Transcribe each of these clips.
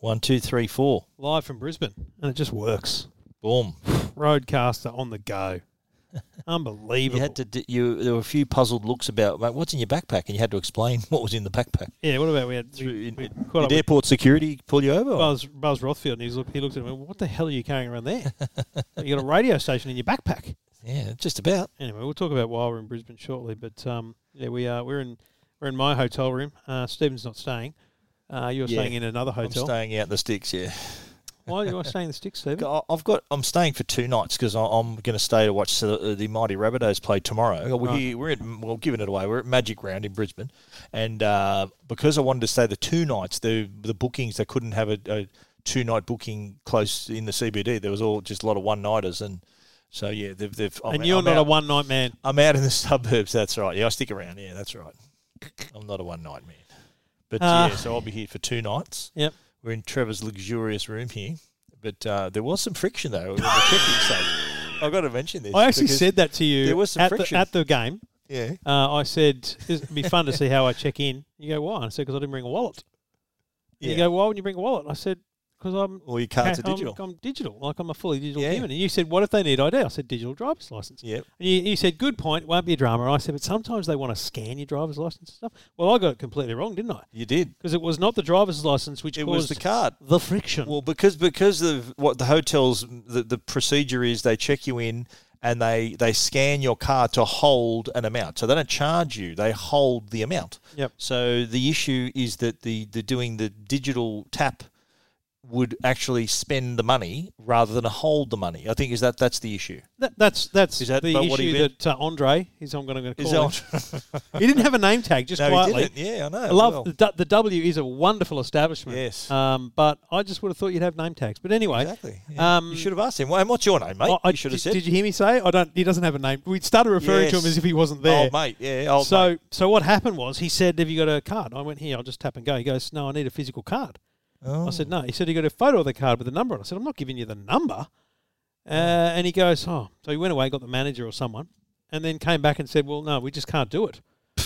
One, two, three, four. live from Brisbane, and it just works. Boom. Roadcaster on the go, You unbelievable. had to. d- You there were a few puzzled looks about mate, what's in your backpack, and you had to explain what was in the backpack. yeah, what about we had? Through- We, in- we in- Oh. caught up Did with airport security pull you over? Buzz, Buzz Rothfield, and he looked, he looked at me. What the hell are you carrying around there? you got a radio station in your backpack. yeah, just about. Anyway, we'll talk about why we're in Brisbane shortly, but um, yeah, we are. We're in. We're in my hotel room. Uh, Stephen's not staying. Uh, you're Yeah, staying in another hotel. I'm staying out in the sticks. Yeah, Why are you staying in the sticks, Stephen? I- I've got. I'm staying for two nights because I'm going to stay to watch the, the mighty Rabbitohs play tomorrow. We're Right. here. We're at. Well, giving it away. We're at Magic Round in Brisbane, and uh, because I wanted to stay the two nights, the the bookings they couldn't have a, a two night booking close in the CBD. There was all just a lot of one nighters, and so yeah, they've. they've I'm, and you're I'm not out. a one night man. I'm out in the suburbs. That's right. Yeah, I stick around. Yeah, that's right. I'm not a one night man. But Ah. yeah, so I'll be here for two nights. Yep. We're in Trevor's luxurious room here. But uh, there was some friction though. when the check-in stage. I've got to mention this. I actually because- said that to you there was some at, the, friction. at the game. yeah. Uh, I said it'd be fun to see how I check in. You go why? And I said because I didn't bring a wallet. Yeah. And You go why wouldn't you bring a wallet? I said because I'm All your cards are I'm- digital. I'm, digital, like I'm a fully digital Yeah. human. And you said what if they need ID? I said digital driver's license. Yep. And you, you said good point, won't be a drama. And I said but sometimes they want to scan your driver's license and stuff. Well, I got it completely wrong, didn't I? You did. Because it was not the driver's license which It was caused the card. the friction. Well, because because of what the hotels the, the procedure is, they check you in and they they scan your card to hold an amount. So they don't charge you; they hold the amount. Yep. So the issue is that the the doing the digital tap would actually spend the money rather than hold the money. I think is that that's the issue. That, that's that's Is that the about what he issue meant? that uh, Andre is. I'm going to Is call. that- Him. He didn't have a name tag, just no, he quietly. didn't. Yeah, I know. I love Well, the, du- the W is a wonderful establishment. Yes. Um, but I just would have thought you'd have name tags. But anyway, exactly. Yeah. um, you should have asked him. Well, and what's your name, mate? I, I- you should have did- said. Did you hear me say? I don't. He doesn't have a name. We started referring to him Yes. as if he wasn't there. Old mate. Yeah. Old so mate. so what happened was he said, "Have you got a card?" I went here. I'll just tap and go. He goes, "No, I need a physical card." Oh. I said, "No." He said, "You got a photo of the card with the number on." it." I said, "I'm not giving you the number." Uh, and he goes, "Oh." So he went away, got the manager or someone, and then came back and said, "Well, no, we just can't do it."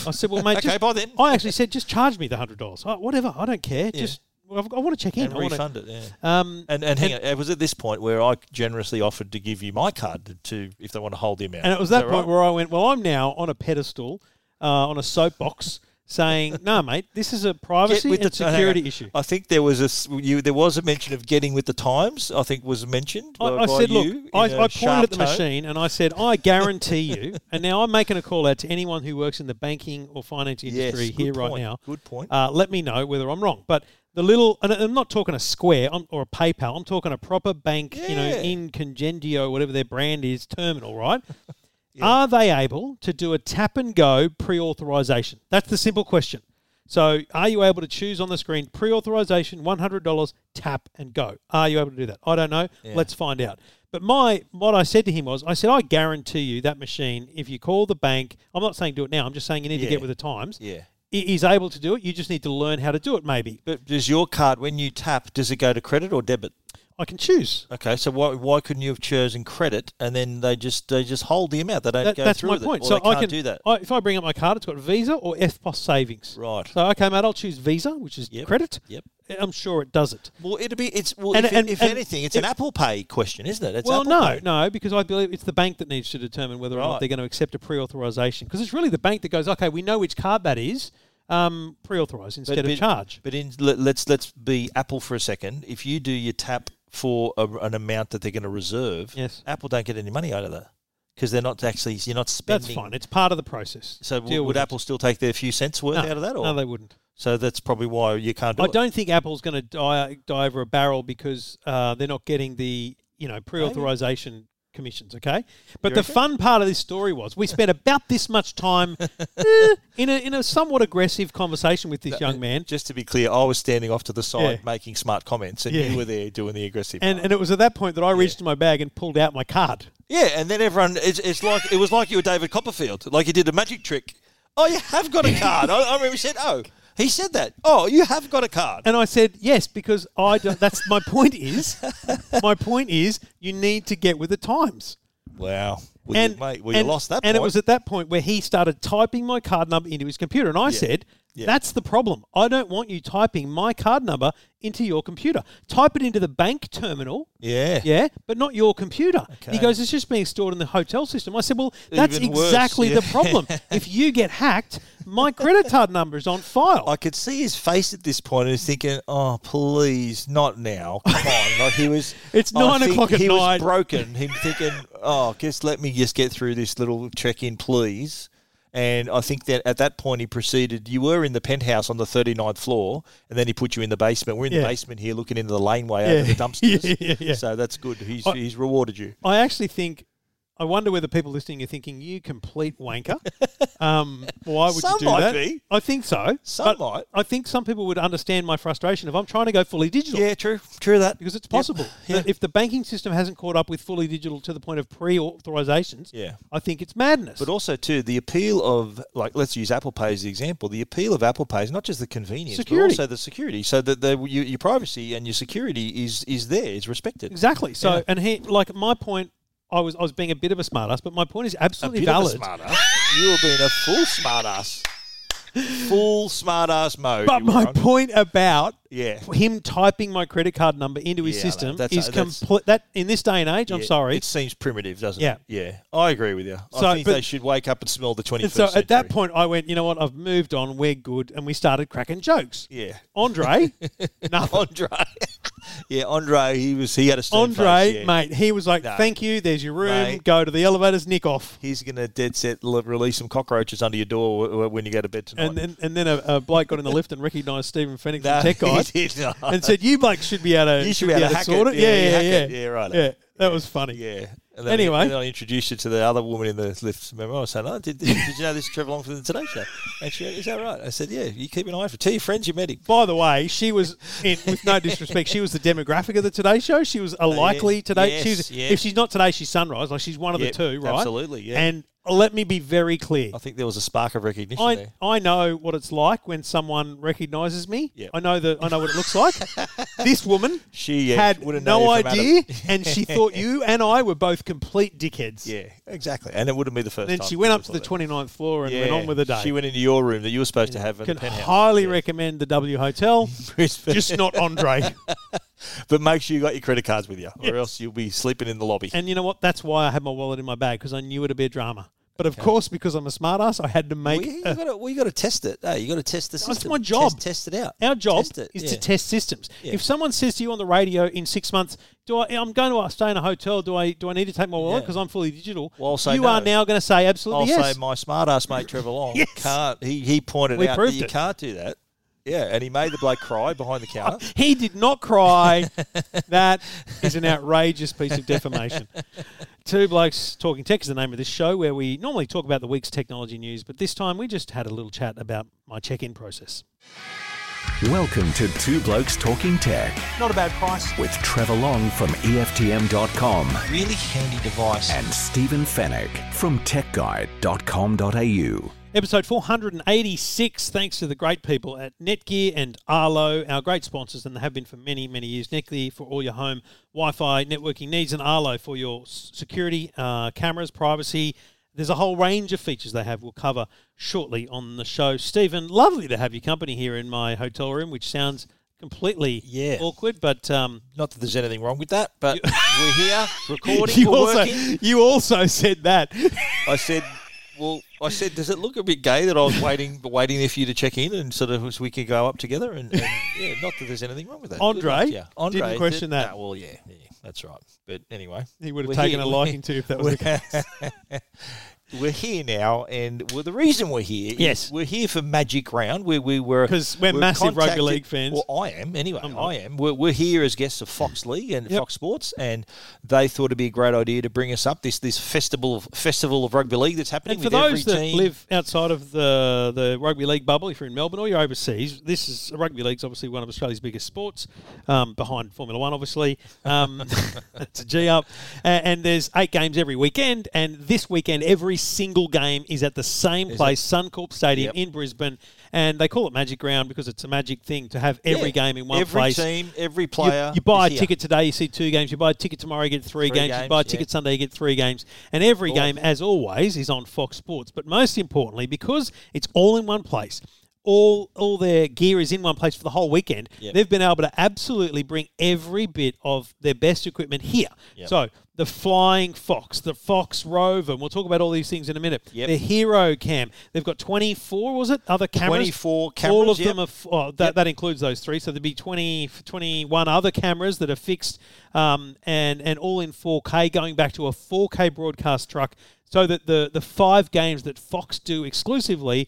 I said, "Well, mate, Okay, just, by then. I actually said, just charge me the hundred dollars. Oh, whatever, I don't care. Yeah. Just well, I've- I want to check in. and I wanna- refund it. Yeah. um, And, and hang on, it was at this point where I generously offered to give you my card to, to if they want to hold the amount. and it Is was that point right? where I went, well, I'm now on a pedestal, uh, on a soapbox, saying, no, mate, this is a privacy with and the- hang security on. issue. I think there was a s- you there was a mention of getting with the times. I think was mentioned. I, by, I by said, you look, in I, a I pointed sharp at the tone. machine and I said, I guarantee you. And now I'm making a call out to anyone who works in the banking or finance Yes, industry good here right point, now. Good point. Uh, let me know whether I'm wrong. But the little, and I'm not talking a Square I'm, or a PayPal. I'm talking a proper bank, you know, Yeah. in Congendio, whatever their brand is, terminal, right? Are they able to do a tap and go pre-authorization? That's the simple question. So, are you able to choose on the screen pre-authorization, one hundred dollars, tap and go? Are you able to do that? I don't know. Let's find out. But my what I said to him was, I said, I guarantee you that machine. If you call the bank, I'm not saying do it now. I'm just saying you need to Yeah. get with the times yeah. i- is able to do it. You just need to learn how to do it. Maybe But does your card when you tap does it go to credit or debit? I can choose. Okay, so why, why couldn't you have chosen credit and then they just they just hold the amount? They don't That- go that's through my with point. It, or so they can't I can do that. I, if I bring up my card, it's got Visa or FPOS Savings. right. So okay, mate, I'll choose Visa, which is Yep. credit. Yep. I'm sure it does it. Well, it'd be it's well And- if, and- if and anything, it's an if- Apple Pay question, isn't it? It's well, Apple no, Pay. no, because I believe it's the bank that needs to determine whether or not Right. they're going to accept a pre-authorization. Because it's really the bank that goes, okay, we know which card that is, um, pre-authorize instead of but- charge. But in let, let's let's be Apple for a second. If you do your tap for a, an amount that they're going to reserve, Yes. Apple don't get any money out of that because they're not actually you're not spending. That's fine. It's part of the process. So w- Deal would with it. Apple still take their few cents worth No, out of that? Or? No, they wouldn't. so that's probably why you can't do I it. don't think Apple's going to die, die over a barrel because uh, they're not getting the you know pre-authorization commissions. Okay, but the fun part of this story was we spent about this much time eh, in a in a somewhat aggressive conversation with this young man, Just to be clear, I was standing off to the side Yeah. making smart comments, and Yeah. you were there doing the aggressive. and part. and it was at that point that I reached in my bag and pulled out my card. yeah, and then everyone, it's, it's like it was like you were David Copperfield, like you did a magic trick. Oh, you have got a card. I, I remember he said, "Oh, he said that. Oh, you have got a card." And I said yes because I don't, that's my point is my point is you need to get with the times. Wow. Well, you, mate, well, you and- lost that point. And it was at that point where he started typing my card number into his computer. And I said, Yeah. That's the problem. I don't want you typing my card number into your computer. Type it into the bank terminal. Yeah. Yeah, but not your computer. Okay. He goes, it's just being stored in the hotel system. I said, well, that's Even worse, exactly yeah. the problem. if you get hacked, my credit card number is on file. I could see his face at this point, and he's thinking, "Oh, please, not now! Come on!" Like he was. It's I nine think o'clock at he night. was broken. Him thinking, "Oh, just let me just get through this little check-in, please." And I think that at that point he proceeded. You were in the penthouse on the 39th floor, and then he put you in the basement. We're in Yeah. the basement here, looking into the laneway over Yeah. the dumpsters. Yeah, yeah, yeah. So that's good. He's I- he's rewarded you. I actually think I wonder whether people listening are thinking you complete wanker. Um, why would Some you do might that? be. I think so. Some But might. I think some people would understand my frustration if I'm trying to go fully digital. Yeah, true, true that. Because it's possible Yeah. that if the banking system hasn't caught up with fully digital to the point of pre-authorizations, Yeah. I think it's madness. But also too, the appeal of like let's use Apple Pay as the example. The appeal of Apple Pay is not just the convenience, Security. but also the security. So that the, your, your privacy and your security is is there, is respected. exactly. So, Yeah. and he like my point. I was I was being a bit of a smartass, but my point is absolutely Bit of a valid. smartass. you were being a full smartass, full smartass mode. But you were my on. point about yeah, him typing my credit card number into his Yeah, I know. system That's- uh, is that's- complete. That in this day and age, I'm Yeah, sorry. It seems primitive, doesn't Yeah. it? Yeah, I agree with you. So, I think but- they should wake up and smell the twenty And first. so at that point, I went, you know what? I've moved on. We're good, and we started cracking jokes. yeah. Andre, nothing. Andre, yeah, Andre, he was he had a stern Andre, face, yeah. mate, he was like, No. "Thank you. There's your room. Mate. Go to the elevators. Nick off." He's going to dead set l- release some cockroaches under your door w- w- when you go to bed tonight. And then, and then a, a bloke got in the lift and recognised Stephen Fennick, No, the tech guy, he did not. and said, "You bloke should be able to. You should be able to hack sort it. Yeah, Yeah, you yeah, hack yeah, it. Yeah, right. Yeah, that was funny. yeah. And Anyway. I, then I introduced you to the other woman in the lift. Remember, I was saying, oh, did, did, did you know this is Trevor Long from the Today Show? And she went, is that right? I said, yeah, you keep an eye for Tell your friends you met him. By the way, she was, in, with no disrespect, she was the demographic of the Today Show. She was a likely Today. Yes, she was, Uh, yeah. If she's not Today, she's Sunrise. Like she's one of Yeah, the two, right? absolutely, yeah. And let me be very clear. I think there was a spark of recognition I, there. I know what it's like when someone recognises me. Yep. I know that I know what it looks like. this woman She yeah, had wouldn't no know you from Adam. idea, and she thought you and I were both complete dickheads. Yeah, exactly. And it wouldn't be the first Then time. she went it up was to the like that. 29th floor and went on with the day. She went into your room that you were supposed to have in Can the penthouse. highly recommend the W Hotel, Brisbane. just not Andre. But make sure you got your credit cards with you, or else you'll be sleeping in the lobby. And you know what? That's why I had my wallet in my bag because I knew it'd be a drama. But of course, because I'm a smartass, I had to make. Well, you a- got to well, you got to test it. eh? you got to test the system. my job. Test, test it out. our job Test it, is yeah. to test systems. Yeah. If someone says to you on the radio in six months, "Do I? I'm going to uh, stay in a hotel. Do I? Do I need to take my wallet Yeah. because I'm fully digital?" Well, I'll say you are no. now going to say I'll absolutely yes. say my smart ass mate Trevor Long Yes. can't. He he pointed We out that proved you it. Oh, can't do that. Yeah, and he made the bloke cry behind the counter. he did not cry. that is an outrageous piece of defamation. Two Blokes Talking Tech is the name of this show where we normally talk about the week's technology news, but this time we just had a little chat about my check in process. Welcome to Two Blokes Talking Tech Not a bad price. with Trevor Long from E EFTM.com Really handy device. and Stephen Fennec from TechGuide.com.au. Episode 486, thanks to the great people at Netgear and Arlo, our great sponsors, and they have been for many, many years. Netgear for all your home Wi Fi networking needs, and Arlo for your s- security, uh, cameras, privacy. There's a whole range of features they have we'll cover shortly on the show. Stephen, lovely to have your company here in my hotel room, which sounds completely Yeah. awkward, but um, Not that there's anything wrong with that, but we're here recording. you, we're also, working. you also said that. I said, well, I said, does it look a bit gay that I was waiting, waiting there for you to check in and sort of so we could go up together? And, and yeah, not that there's anything wrong with that. Good Andre luck to you. Andre didn't question did- that. nah, well, yeah, yeah, that's right. But anyway, he would have we're taken here. a liking to you if that was the case. We're here now, and well, the reason we're here, is Yes. we're here for Magic Round, where we were 'Cause we're massive rugby contacted- league fans. Well, I am anyway. I'm not. I am. We're, we're here as guests of Fox League and Yep. Fox Sports, and they thought it'd be a great idea to bring us up this this festival of festival of rugby league that's happening And for with those every that team. live outside of the the rugby league bubble, if you're in Melbourne or you're overseas, this is rugby league's obviously one of Australia's biggest sports, um, behind Formula One, obviously. Um, it's a G up, A- and there's eight games every weekend, and this weekend every single game is at the same place, Suncorp Stadium Yep. in Brisbane, and they call it Magic Round because it's a magic thing to have every Yeah. game in one every place. team, every You- player. You, buy a is here. ticket today, you see two games. You buy a ticket tomorrow, you get three, Three games. You games, buy a yeah. ticket Sunday, you get three games. And every game, as always, is on Fox Sports. But most importantly, because it's all in one place, all all their gear is in one place for the whole weekend, Yep. they've been able to absolutely bring every bit of their best equipment here. So the Flying Fox, the Fox Rover, and we'll talk about all these things in a minute. Yep. The Hero Cam, they've got 24, was it, other cameras? 24 All cameras, of them are, f- oh, that, that includes those three, so there'd be 20, 21 other cameras that are fixed um, and, and all in 4K, going back to a 4K broadcast truck, so that the, the five games that Fox do exclusively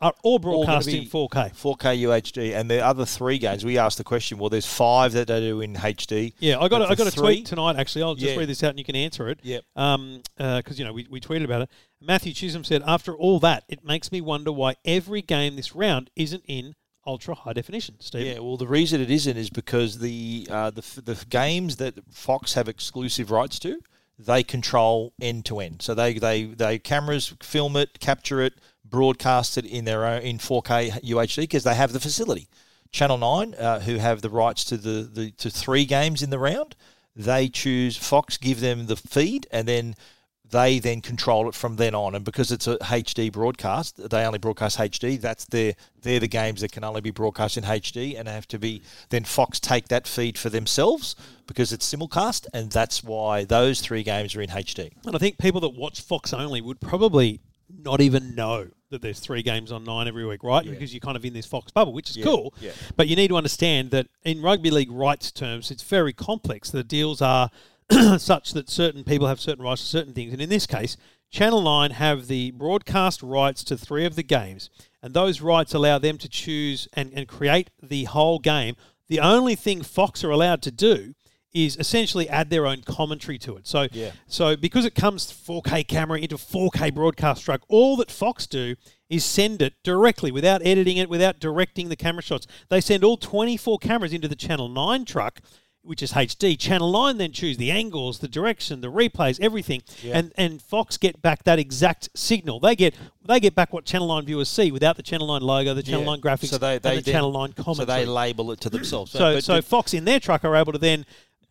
are all all gonna broadcast in be 4K. 4K UHD, and the other three games. We asked the question. Well, there's five that they do in HD. Yeah, I got but a, I the got a three- tweet tonight. Actually, I'll just Yeah. read this out and you can answer it. Yep. Um, because you know we, we tweeted about it. Matthew Chisholm said, after all that, it makes me wonder why every game this round isn't in ultra high definition. Steve. Yeah, well, the reason it isn't is because the uh, the f- the games that Fox have exclusive rights to, they control end to end. So they they they cameras film it, capture it, broadcast it in their own in 4K UHD because they have the facility. Channel Nine, uh, who have the rights to the, the to three games in the round, they choose Fox give them the feed and then. They then control it from then on, and because it's a HD broadcast, they only broadcast HD. That's their they're the games that can only be broadcast in HD, and have to be then Fox take that feed for themselves because it's simulcast, and that's why those three games are in HD. And I think people that watch Fox only would probably not even know that there's three games on nine every week, right? Because you're kind of in this Fox bubble, which is cool. yeah. But you need to understand that in rugby league rights terms, it's very complex. The deals are such that certain people have certain rights to certain things. And in this case, Channel 9 have the broadcast rights to three of the games, and those rights allow them to choose and, and create the whole game. The only thing Fox are allowed to do is essentially add their own commentary to it. So Yeah. so because it comes 4K camera into 4K broadcast truck, all that Fox do is send it directly without editing it, without directing the camera shots. They send all 24 cameras into the Channel 9 truck, which is HD. Channel 9 then choose the angles, the direction, the replays, everything. And and Fox get back that exact signal. They get they get back what Channel 9 viewers see without the Channel 9 logo, the Channel 9 graphics, so they, they and the then- Channel 9 commentary. so they label it to themselves. So, but- so Fox in their truck are able to then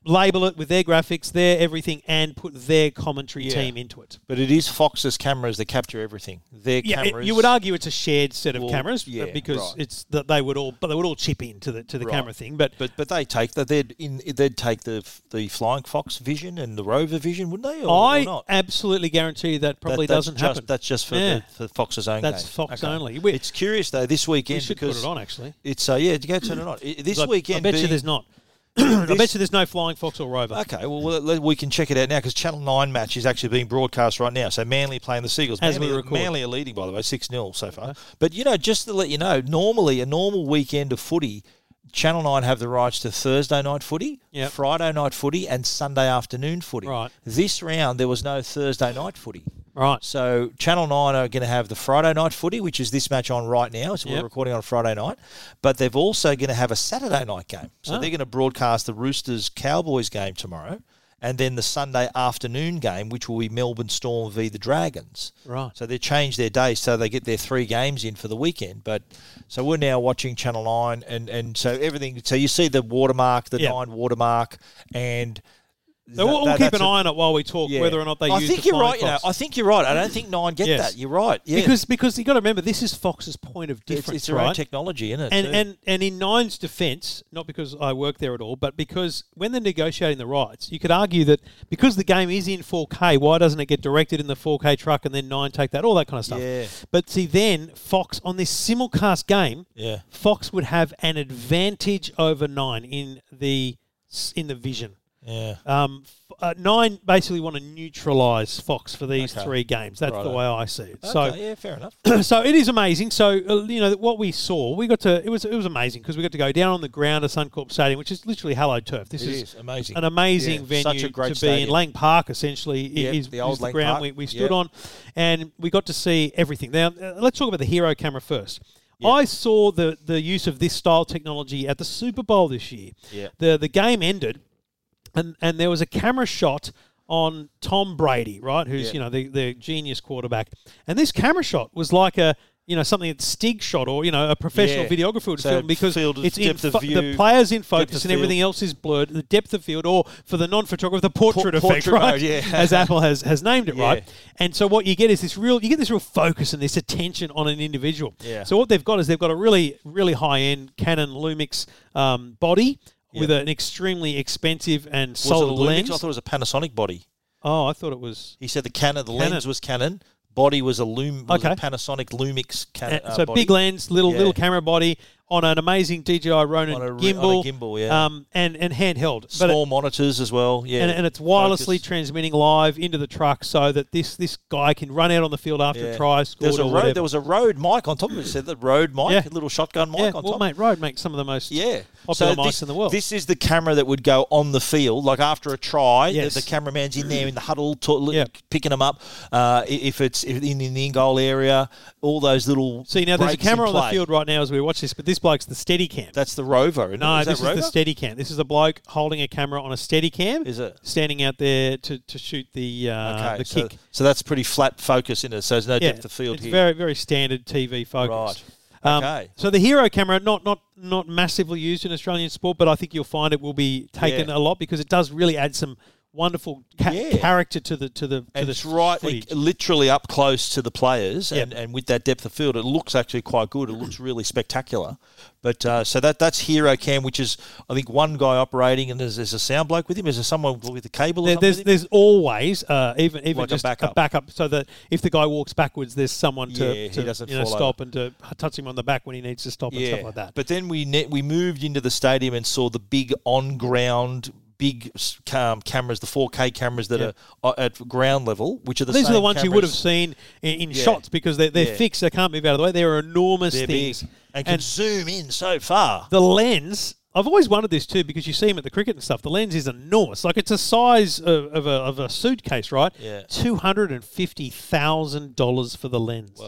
label it with their graphics, their everything, and put their commentary team into it. But it is Fox's cameras that capture everything. Their Yeah, it- cameras. you would argue it's a shared set of Well, cameras yeah, but because right. it's that they would all, but they would all chip in to the to the Right. camera thing. But, But but they take that they'd in they'd take the the flying fox vision and the rover vision, wouldn't they? Or, or I not? absolutely guarantee that That- probably that's doesn't just, happen. That's just for Yeah. the, for Fox's own. That's game. Fox only. We- It's curious though this we weekend should put because it on actually. it's uh, yeah, go turn it on I- this I- weekend. I bet you being- there's not. I this- bet you there's no flying fox or rover. Okay, well, well let- we can check it out now because Channel 9 match is actually being broadcast right now. So Manly playing the Seagulls. As we Manly, record. Manly are leading, by the way, 6 0 so far. But, you know, just to let you know, normally a normal weekend of footy, Channel 9 have the rights to Thursday night footy, Yep. Friday night footy, and Sunday afternoon footy. Right. This round, there was no Thursday night footy. Right. So Channel Nine are going to have the Friday night footy, which is this match on right now. So Yep. we're recording on Friday night, but they're also going to have a Saturday night game. So Oh. they're going to broadcast the Roosters Cowboys game tomorrow, and then the Sunday afternoon game, which will be Melbourne Storm v the Dragons. Right. So they change their day so they get their three games in for the weekend. But so we're now watching Channel Nine, and and so everything. So you see the watermark, the Yeah. nine watermark, and. So we'll, that- we'll that- keep that's an a- eye on it while we talk yeah. whether or not they I use think the you're flying right. You know, fox. I think you're right. I don't think Nine get Yes. that. You're right. Yeah. Because because you got to remember this is Fox's point of it's, difference, it's their right? own technology, isn't it? and too? and and in Nine's defence, not because I work there at all, but because when they're negotiating the rights, you could argue that because the game is in 4K, why doesn't it get directed in the 4K truck and then Nine take that, all that kind of stuff. Yeah. But see, then Fox on this simulcast game, Yeah. Fox would have an advantage over Nine in the s- in the vision. yeah. Um, f- uh, Nine basically want to neutralise Fox for these Okay. three games. That's the Righto. way I see it. So okay, yeah, fair enough. so it is amazing. So uh, you know what we saw, we got to it was it was amazing because we got to go down on the ground of Suncorp Stadium, which is literally hallowed turf. This It is is amazing. an amazing Yeah, venue such a great to be in. stadium. Lang Park essentially i- Yep, is the old is the Lang ground Park. we, we stood Yep. on, and we got to see everything. Now uh, let's talk about the hero camera first. I saw the the use of this style technology at the Super Bowl this year. Yep. The the game ended and and there was a camera shot on Tom Brady, right? Who's Yeah. you know the, the genius quarterback, and this camera shot was like a you know, something that Stig shot or, you know, a professional Yeah. videographer would So film because field is it's in depth of fo- the view, player's in focus of and everything field. else is blurred. The depth of field or for the non-photographer, the portrait effect, portrait right? mode, yeah. As Apple has, has named it, Yeah. right? And so what you get is this real, you get this real focus and this attention on an individual. Yeah. So what they've got is they've got a really, really high-end Canon Lumix um, body with an extremely expensive and Was it a solid Lumix? lens. I thought it was a Panasonic body. oh, I thought it was. He said the Canon, the Canon. lens was Canon, body was a Lum, was a Okay. Panasonic Lumix Canon. Uh, so big lens, little Yeah. little camera body on an amazing DJI Ronin On a re- gimbal, on a gimbal, yeah. um, and and handheld, but it- small monitors as well. Yeah, and, and it's wirelessly Focus. transmitting live into the truck so that this this guy can run out on the field after Yeah. a try, There scored was a or road. whatever. There was a road mic on top of it. It Said the road mic, Yeah. a little shotgun mic yeah, on well, top. mate, Road makes some of the most Yeah. popular mics this, in the world. This is the camera that would go on the field, like after a try. Yes. The, the cameraman's in there in the huddle, to, Yeah. picking them up. Uh, i- if it's if in, in the in goal area, all those little. See, now there's a breaks in camera on the play. field right now as we watch this, but this bloke's the steady cam. That's the Rover. Isn't No, it? Is this that Rover? is the steady cam. This is a bloke holding a camera on a steady cam. Is it? Standing out there to, to shoot the uh, the so, kick. so that's pretty flat focus in it. So there's no depth of field it's here. very very standard TV focus. Right. Um, Okay. So the hero camera not not not massively used in Australian sport, but I think you'll find it will be taken Yeah. a lot because it does really add some wonderful ca- Yeah. character to the to the to and the it's right footage. like, literally up close to the players Yep. and, and with that depth of field it looks actually quite good it looks really spectacular but uh, so that that's hero cam which is i think one guy operating and there's, there's a sound bloke with him is there someone with a cable or There- something there's with him? there's always uh, even even Like a just backup. so that if the guy walks backwards, there's someone to, Yeah, he to, doesn't you know fall stop and to touch him on the back when he needs to stop and stuff like that. But then we ne- we moved into the stadium and saw the big on ground. Big s- cam- cameras, the 4K cameras that Yeah. are uh, at ground level, which are the These are same the ones you would have cameras. seen in, in shots because they're, they're Yeah. fixed. They can't move out of the way. They're enormous They're big things. and can zoom in so far. the lens. I've always wondered this too because you see them at the cricket and stuff. The lens is enormous. Like it's the size of, of, a, of a suitcase, right? Yeah. Two hundred and fifty thousand dollars for the lens.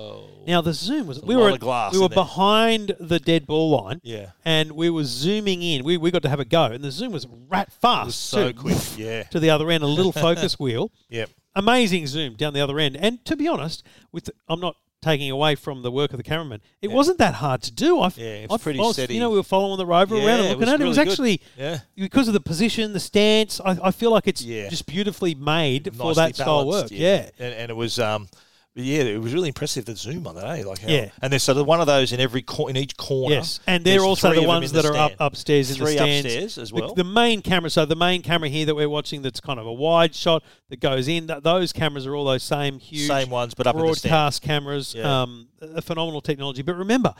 Now the zoom was we lot were of glass we were in there. behind the dead ball line. Yeah. And we were zooming in. We, we got to have a go, and the zoom was rat fast. so too. quick, yeah. To the other end, a little focus wheel Yep. amazing zoom down the other end. And to be honest, with I'm not taking away from the work of the cameraman, it wasn't that hard to do. I've, Yeah, it's I've- pretty I was- steady. You know, we were following the rover Yeah, around and it looking was at it. It was really good. actually Yeah. because of the position, the stance. I, I feel like it's Yeah. just beautifully made for nicely that style work. balanced, Yeah. And, and it was, um, yeah, it was really impressive the zoom on that, eh? Like, how, Yeah. And there's sort of one of those in every cor- in each corner. Yes, and they're There's also three the of them ones in the that are up stand. upstairs in Three the stands. upstairs as The- well. The, main camera, so the main camera here that we're watching, that's kind of a wide shot that goes in. Th- those cameras are all those same huge, Same ones, but up in the stand. broadcast cameras. Yeah. Um, a phenomenal technology. But remember,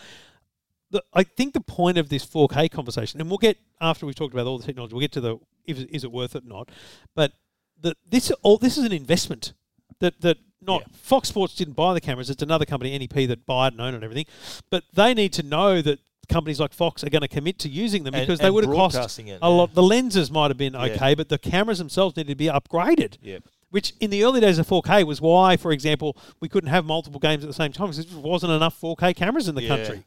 the, I think the point of this 4K conversation, and we'll get after we've talked about all the technology, we'll get to the if, is it worth it or not. But the, this all this is an investment that that not Fox Sports didn't buy the cameras. It's another company, NEP, that buy it and own it and everything. But they need to know that companies like Fox are going to commit to using them And- because they and would have cost broadcasting it, yeah. a lot. The lenses might have been okay, but the cameras themselves needed to be upgraded. Yep. Which in the early days of 4K was why, for example, we couldn't have multiple games at the same time because there just wasn't enough 4K cameras in the Yeah. country.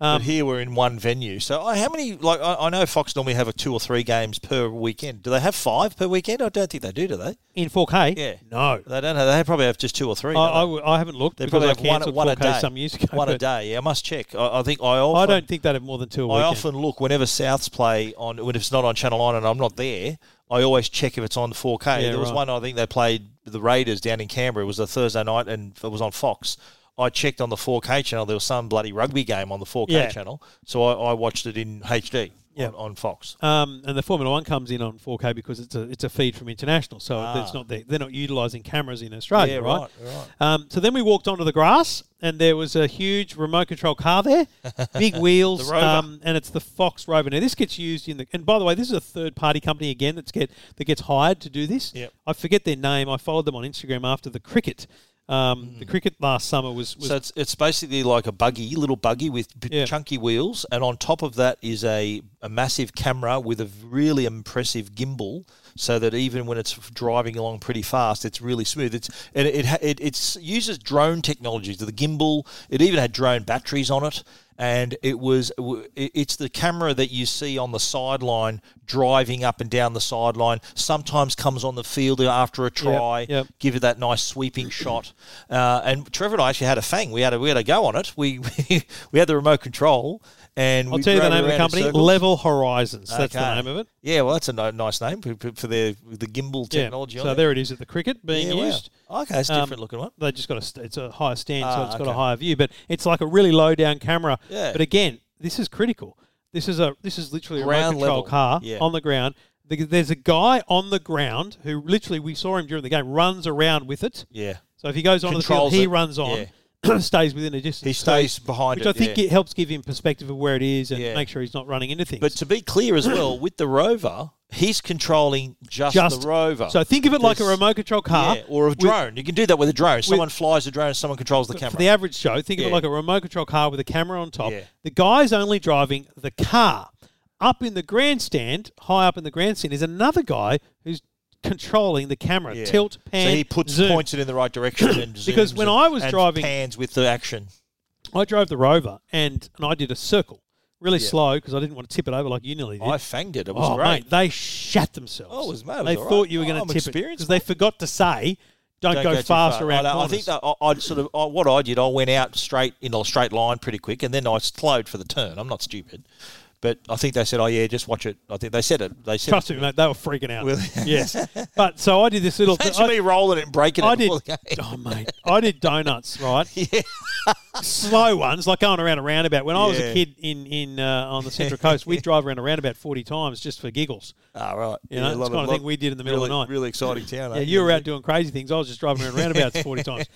um, but here we're in one venue. So, I how many? Like, I, I know Fox normally have a two or three games per weekend. Do they have five per weekend? I don't think they do. Do they? In 4K, Yeah. no. They don't. Have, they probably have just two or three. I, don't I, they? w- I haven't looked They because I probably have cancelled one, one a 4K day. some years ago. One a but day. Yeah, I must check. I, I think I often. I don't think they'd have more than two a I weekend. often look whenever Souths play on when it's not on Channel Nine and I'm not there. I always check if it's on 4K. Yeah, there was right. one I think they played the Raiders down in Canberra. It was a Thursday night and it was on Fox. I checked on the 4K channel. There was some bloody rugby game on the 4K Yeah. channel, so I, I watched it in HD Yeah. on, on Fox. Um, and the Formula One comes in on 4K because it's a it's a feed from international, so it's not they they're not utilising cameras in Australia, Ah. Yeah, right? right, right. Um, so then we walked onto the grass, and there was a huge remote control car there, big wheels, Rover. um, and it's the Fox Rover. Now this gets used in the and by the way, this is a third party company again that's get that gets hired to do this. Yep. I forget their name. I followed them on Instagram after the cricket. Um, The cricket last summer was, was Hmm. So it's it's basically like a buggy, little buggy with b- Yeah. chunky wheels, and on top of that is a, a massive camera with a really impressive gimbal, so that even when it's driving along pretty fast, it's really smooth. It's and it it, ha- it it's uses drone technologies. The gimbal, it even had drone batteries on it, and it was it- it's the camera that you see on the sideline driving up and down the sideline. Sometimes comes on the field after a try, yep. give it that nice sweeping shot. Uh, and Trevor and I actually had a fang. We had a we had a go on it. We we, had the remote control. And I'll we tell you the drove name around of the in company circles. Level Horizons. That's the Okay. name of it. Yeah, well, that's a ni- nice name for, for for their the gimbal technology. Yeah. on So it. there it is at the cricket being Yeah, wow. used. Okay, it's a Um, different looking one. They just got a st- it's a higher stand, so Ah, it's got a okay. higher view. But it's like a really low down camera. Yeah. But again, this is critical. This is a this is literally a remote Ground control level. car Yeah. on the ground. The- There's a guy on the ground who literally we saw him during the game runs around with it. Yeah, So if he goes on the field, Controls he it. runs on, stays within a distance. he stays behind which it. I think yeah. it helps give him perspective of where it is and Yeah. make sure he's not running into things. But to be clear as well, with the rover, he's controlling just, Just- the rover. so think of it like a There's- remote control car yeah, or a with- drone. you can do that with a drone. Someone flies the drone, someone controls the camera. for the average show, think of it Yeah. like a remote control car with a camera on top. Yeah. The guy's only driving the car. Up in the grandstand, high up in the grandstand, is another guy who's controlling the camera. Yeah. Tilt, pan, so he puts zoom. points it in the right direction and zooms Because when and- I was and driving- pans with the action. I drove the Rover and and I did a circle, really slow because I didn't want to tip it over like you nearly did. I fanged it. It was oh great. mate, they shat themselves. Oh, it was mad. It They was all thought right. you were going I'm to tip it experienced, because they forgot to say, "Don't, Don't go, too fast far. around." I, know. I corners. think that I, I sort of I, what I did. I went out straight in a straight line pretty quick, and then I slowed for the turn. I'm not stupid, but I think they said, "Oh yeah, just watch it." I think they said it. They said, Trust me, mate, they were freaking out. Really? yes, but so I did this little. "Imagine I, me rolling it and breaking I it." did. before the game. Oh mate, I did donuts right. Slow ones, like going around a roundabout. When I was a Yeah. kid in in uh, on the Central Coast, we'd drive around a roundabout forty times just for giggles. Ah, right. You a lot know, it's the kind of thing we did in the middle of really- the night. Really exciting town. eh? Yeah, you were out doing crazy things. I was just driving around roundabouts forty times.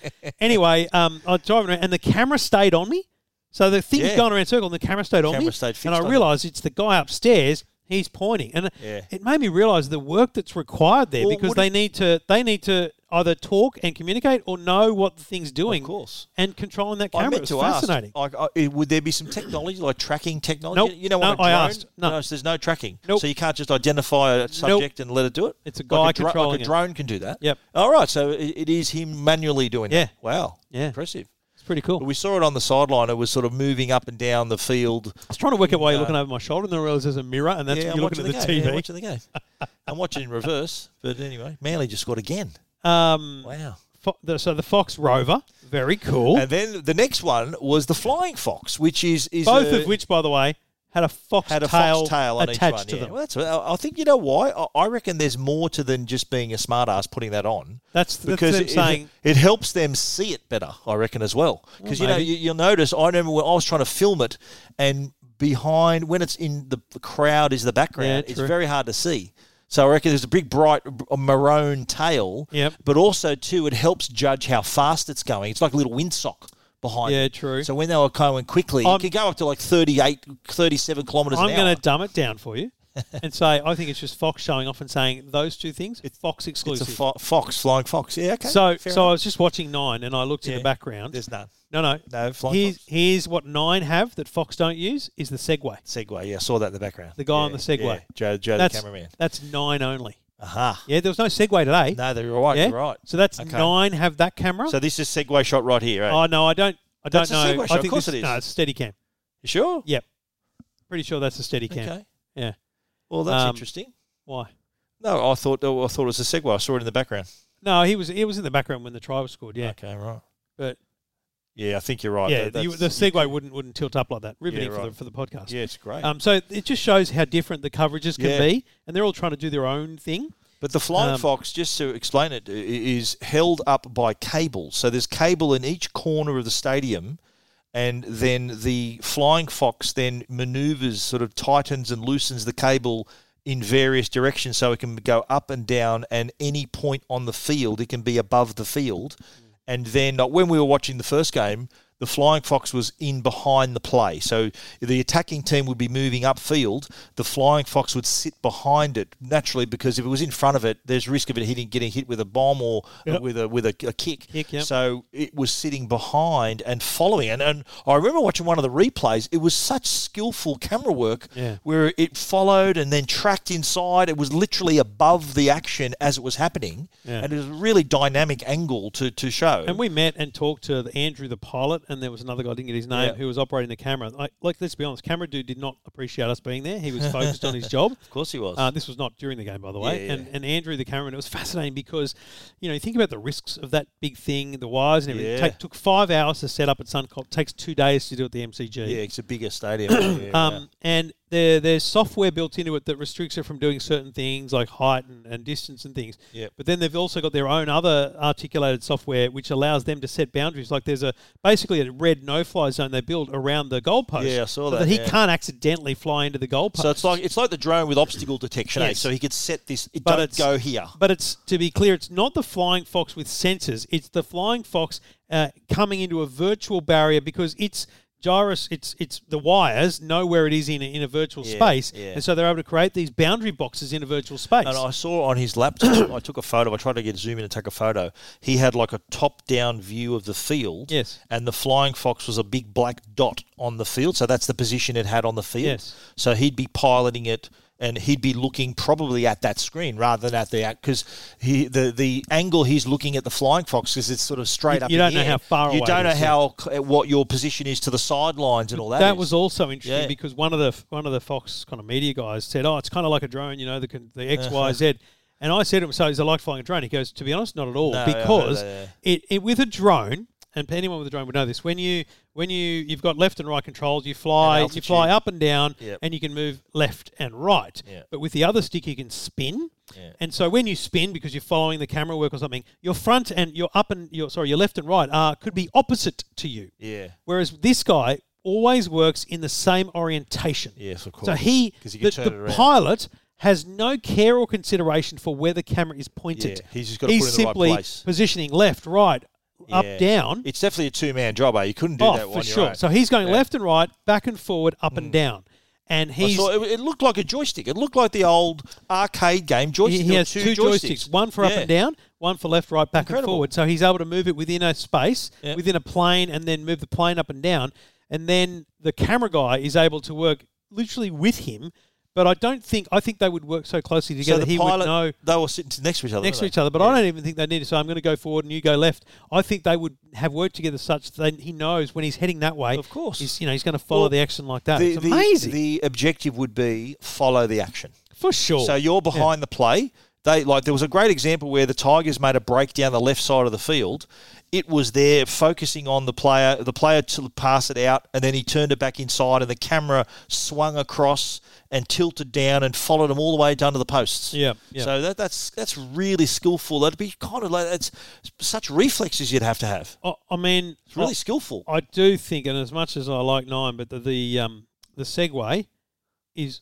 Anyway, um, I was driving around, and the camera stayed on me. So the thing was Yeah. going around in a circle, and the camera stayed on Camera me. stayed fixed and I on you. realised it's the guy upstairs. He's pointing, and Yeah. it made me realise the work that's required there Well, because would they need to they need to either talk and communicate or know what the thing's doing. course. and controlling that I camera. meant It's to fascinating. ask, oh, like, I, would there be some technology, like tracking technology? Nope. You know No, what? I asked. No. so there's no tracking. Nope. So you can't just identify a subject and let it do it. It's a like guy dro- controlling Like it. a drone can do that. Yep. All right. So it, it is him manually doing Yeah. it. Wow. Yeah. Impressive. It's pretty cool. But we saw it on the sideline. It was sort of moving up and down the field. I was trying to work out why you're looking over my shoulder, and then I realised there's a mirror, and that's yeah, when I'm you're looking at the, game. Yeah, I'm TV. watching the game. I'm watching in reverse. But anyway, Manly just scored again. um, Wow. Fo- the, so the Fox Rover, very cool. And then the next one was the Flying Fox, which is, is Both a- of which, by the way, had a fox had a tail, fox tail on each attached one. to yeah. them. Well, that's what- I I think you know why. I- I reckon there's more to than just being a smart ass putting that on. That's, that's Because them it, saying. it, it helps them see it better, I reckon as well. Because you know maybe. you, you'll notice. I remember when I was trying to film it, and behind when it's in the the crowd is the background. Yeah, it's true. very hard to see. So I reckon there's a big bright b- maroon tail. Yep. But also too, it helps judge how fast it's going. It's like a little windsock behind. Yeah, it. true. So when they were going quickly, I'm- it could go up to like 38, 37 kilometers I'm an going hour. to dumb it down for you and say I think it's just Fox showing off and saying those two things. It's Fox exclusive. It's a fo- fox, flying fox. Yeah, okay. so, fair so I enough. was just watching Nine, and I looked in the Yeah. background. there's none. no, no, No, flying Here's, fox. here's what Nine have that Fox don't use is the Segway. Segway. Yeah, I saw that in the background. The guy Yeah, on the Segway. yeah. Joe, Joe the that's cameraman. that's Nine only. Aha. Yeah, there was no Segway today. No, they're right. yeah, You're right. So that's Okay. Nine have that camera. So this is Segway shot right here. Right? oh no, I don't. I don't That's a know. Segway I shot, think of course this- it is. No, it's Steadicam. you sure? Yep. Pretty sure that's a Steadicam. Okay. Yeah. Well, that's Um, interesting. Why? No, I thought oh, I thought it was a Segway. I saw it in the background. No, he was he was in the background when the try was scored. Yeah, Okay, right. but Yeah, I think you're right. yeah, That- you- the that's- Segway wouldn't wouldn't tilt up like that. Riveting for right. the for the podcast. yeah, it's great. Um, so it just shows how different the coverages can Yeah. be, and they're all trying to do their own thing. But the flying Um, fox, just to explain it, i- is held up by cables. So there's cable in each corner of the stadium, and then the flying fox then maneuvers, sort of tightens and loosens the cable in various directions, so it can go up and down, and any uh, point on the field, it can be above the field. And then, like when we were watching the first game, the flying fox was in behind the play. So the attacking team would be moving upfield. The flying fox would sit behind it naturally because if it was in front of it, there's risk of it hitting, getting hit with a bomb or Yep. with a with a, a kick. Kick, yep. So it was sitting behind and following. And, and I remember watching one of the replays. It was such skillful camera work Yeah. where it followed and then tracked inside. It was literally above the action as it was happening. Yeah. And it was a really dynamic angle to, to show. And we met and talked to the Andrew, the pilot, and there was another guy, I didn't get his name, Yeah. who was operating the camera. Like, like, let's be honest, camera dude did not appreciate us being there. He was focused on his job. of course he was. Uh, this was not during the game, by the Yeah, way. yeah. And, and Andrew, the cameraman, it was fascinating because, you know, you think about the risks of that big thing, the wires and everything. Yeah. Take, took five hours to set up at Suncorp, takes two days to do at the MCG. yeah, it's a bigger stadium. Yeah, yeah. Um, And there, there's software built into it that restricts it from doing certain things like height and, and distance and things. Yep. But then they've also got their own other articulated software which allows them to set boundaries. Like there's a basically a red no-fly zone they build around the goalpost. Yeah, I saw so that, he yeah. can't accidentally fly into the goalpost. so it's like it's like the drone with obstacle detection. eh? Yes. So he could set this. It But don't it's- go here. But it's to be clear, it's not the flying fox with sensors. It's the flying fox uh, coming into a virtual barrier because it's gyrus. It's it's the wires know where it is in a, in a virtual Yeah, space, yeah. and so they're able to create these boundary boxes in a virtual space. And I saw on his laptop, I took a photo. I tried to get zoom in and take a photo. He had like a top down view of the field. Yes. And the flying fox was a big black dot on the field. So that's the position it had on the field. Yes. So he'd be piloting it and he'd be looking probably at that screen rather than at the because he the the angle he's looking at the flying fox is it's sort of straight You- up you in don't the know air. how far you away don't it know is, yeah. how c- what your position is to the sidelines and all that that is. was also interesting Yeah. because one of the one of the Fox kind of media guys said, "Oh, it's kind of like a drone, you know, the con- the X Uh-huh. Y Z." And I said to him, "So is it like flying a drone?" He goes, "To be honest, not at all, No, yeah, I heard because that, it, it with a drone." And anyone with a drone would know this. When you when you you've got left and right controls, you fly you altitude. fly up and down, Yep. and you can move left and right. Yeah. But with the other stick, you can spin. And so when you spin, because you're following the camera work or something, your front and your up and your sorry your left and right are could be opposite to you. yeah. Whereas this guy always works in the same orientation. Yes, of course. So he, 'Cause he the, can turn the it around. pilot has no care or consideration for where the camera is pointed. Yeah, he's just gotta put it in the right simply place. positioning left, right, Yeah. up, down. It's definitely a two man job, eh? You couldn't do oh, that one. for sure. So he's going left and right, back and forward, up Mm. and down, and he's So it, it looked like a joystick. It looked like the old arcade game joystick. he, he There were has two, joysticks. one for up Yeah. and down, one for left, right, back, Incredible. and forward. So he's able to move it within a space, Yeah. within a plane, and then move the plane up and down. And then the camera guy is able to work literally with him. But I don't think I think they would work so closely So together. the he pilot, would know they were sitting next to each other. next to weren't each other. But Yeah. I don't even think they need to say I'm going to go forward and you go left. I think they would have worked together such that he knows when he's heading that way. Of course. he's, you know he's going to follow Well, the action like that. they? it's amazing The, the objective would be follow the action. for sure. So you're behind the play. They like there was a great example where the Tigers made a break down the left side of the field. It was there focusing on the player. The player to pass it out, and then he turned it back inside, and the camera swung across and tilted down and followed him all the way down to the posts. Yeah, yeah. So that, that's that's really skillful. That'd be kind of like that's such reflexes you'd have to have. I, I mean, It's really I- skillful. I do think, and as much as I like nine, but the the, um, the Segway is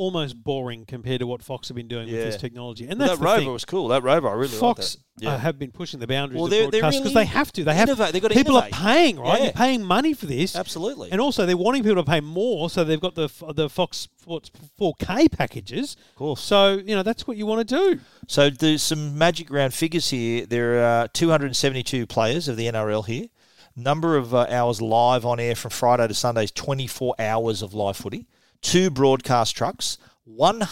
almost boring compared to what Fox have been doing with Yeah. this technology. And that's That the rover thing. was cool. That rover, I really Fox liked that. Yeah. uh, have been pushing the boundaries Well, of they're- they're broadcast because really they have to. They have innovate. They've got to people innovate. are paying right. Yeah. You're paying money for this, Absolutely. and also they're wanting people to pay more, so they've got the f- the Fox Sports 4K packages. Of course. So you know that's what you want to do. So there's some magic round figures here. There are 272 players of the NRL here. Number of uh, hours live on air from Friday to Sunday is 24 hours of live footy. Two broadcast trucks,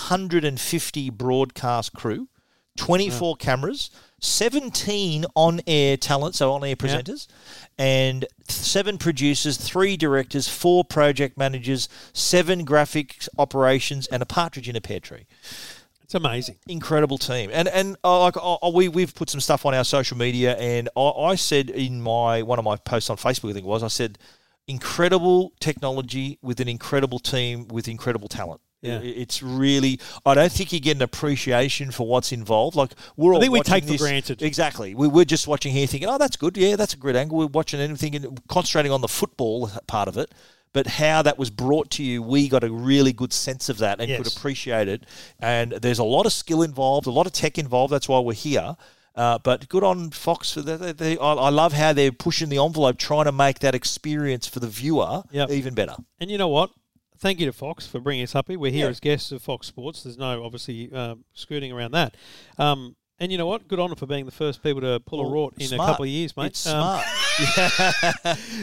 150 broadcast crew, 24 cameras, 17 on-air talent, so on-air presenters, and th- seven producers, three directors, four project managers, seven graphics operations, and a partridge in a pear tree It's amazing. incredible team. And and uh, like uh, uh, we we've put some stuff on our social media, and I, I said in my one of my posts on Facebook, I think it was, I said incredible technology with an incredible team with incredible talent. Yeah. It- It's really. I don't think you get an appreciation for what's involved. Like we're all. think we watching take for this- granted. Exactly. We we're just watching here, thinking, "Oh, that's good. Yeah, that's a great angle." We're watching anything and concentrating on the football part of it, but how that was brought to you, we got a really good sense of that and Yes. could appreciate it. And there's a lot of skill involved, a lot of tech involved. That's why we're here. Uh, but good on Fox for that. They, they, I, I love how they're pushing the envelope, trying to make that experience for the viewer Yep. even better. And you know what? Thank you to Fox for bringing us up here. We're here as guests of Fox Sports. There's no obviously um, scooting around that. Um, and you know what? Good on them for being the first people to pull a rort in Smart. a couple of years, mate. It's Um, smart.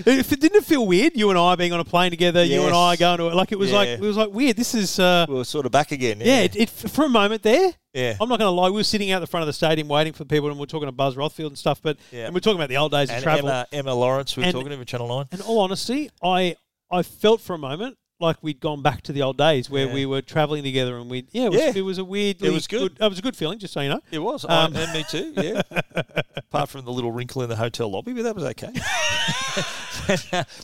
If it didn't it feel weird, you and I being on a plane together, you Yes. and I going to like it was like Yeah. it was like weird. This is uh, We're sort of back again. yeah. It, it for a moment there. Yeah. I'm not going to lie. We were sitting out the front of the stadium waiting for people, and we are talking to Buzz Rothfield and stuff. But Yeah. and we're talking about the old days of and travel. Emma, Emma Lawrence, we were And- talking to with Channel Nine. In all honesty, I I felt for a moment like we'd gone back to the old days where Yeah. we were traveling together, and we yeah, it was, Yeah. it was a weird. It was good. It was a good feeling, just so you know. It was. Um, I, and me too, yeah. Apart from the little wrinkle in the hotel lobby, but that was okay.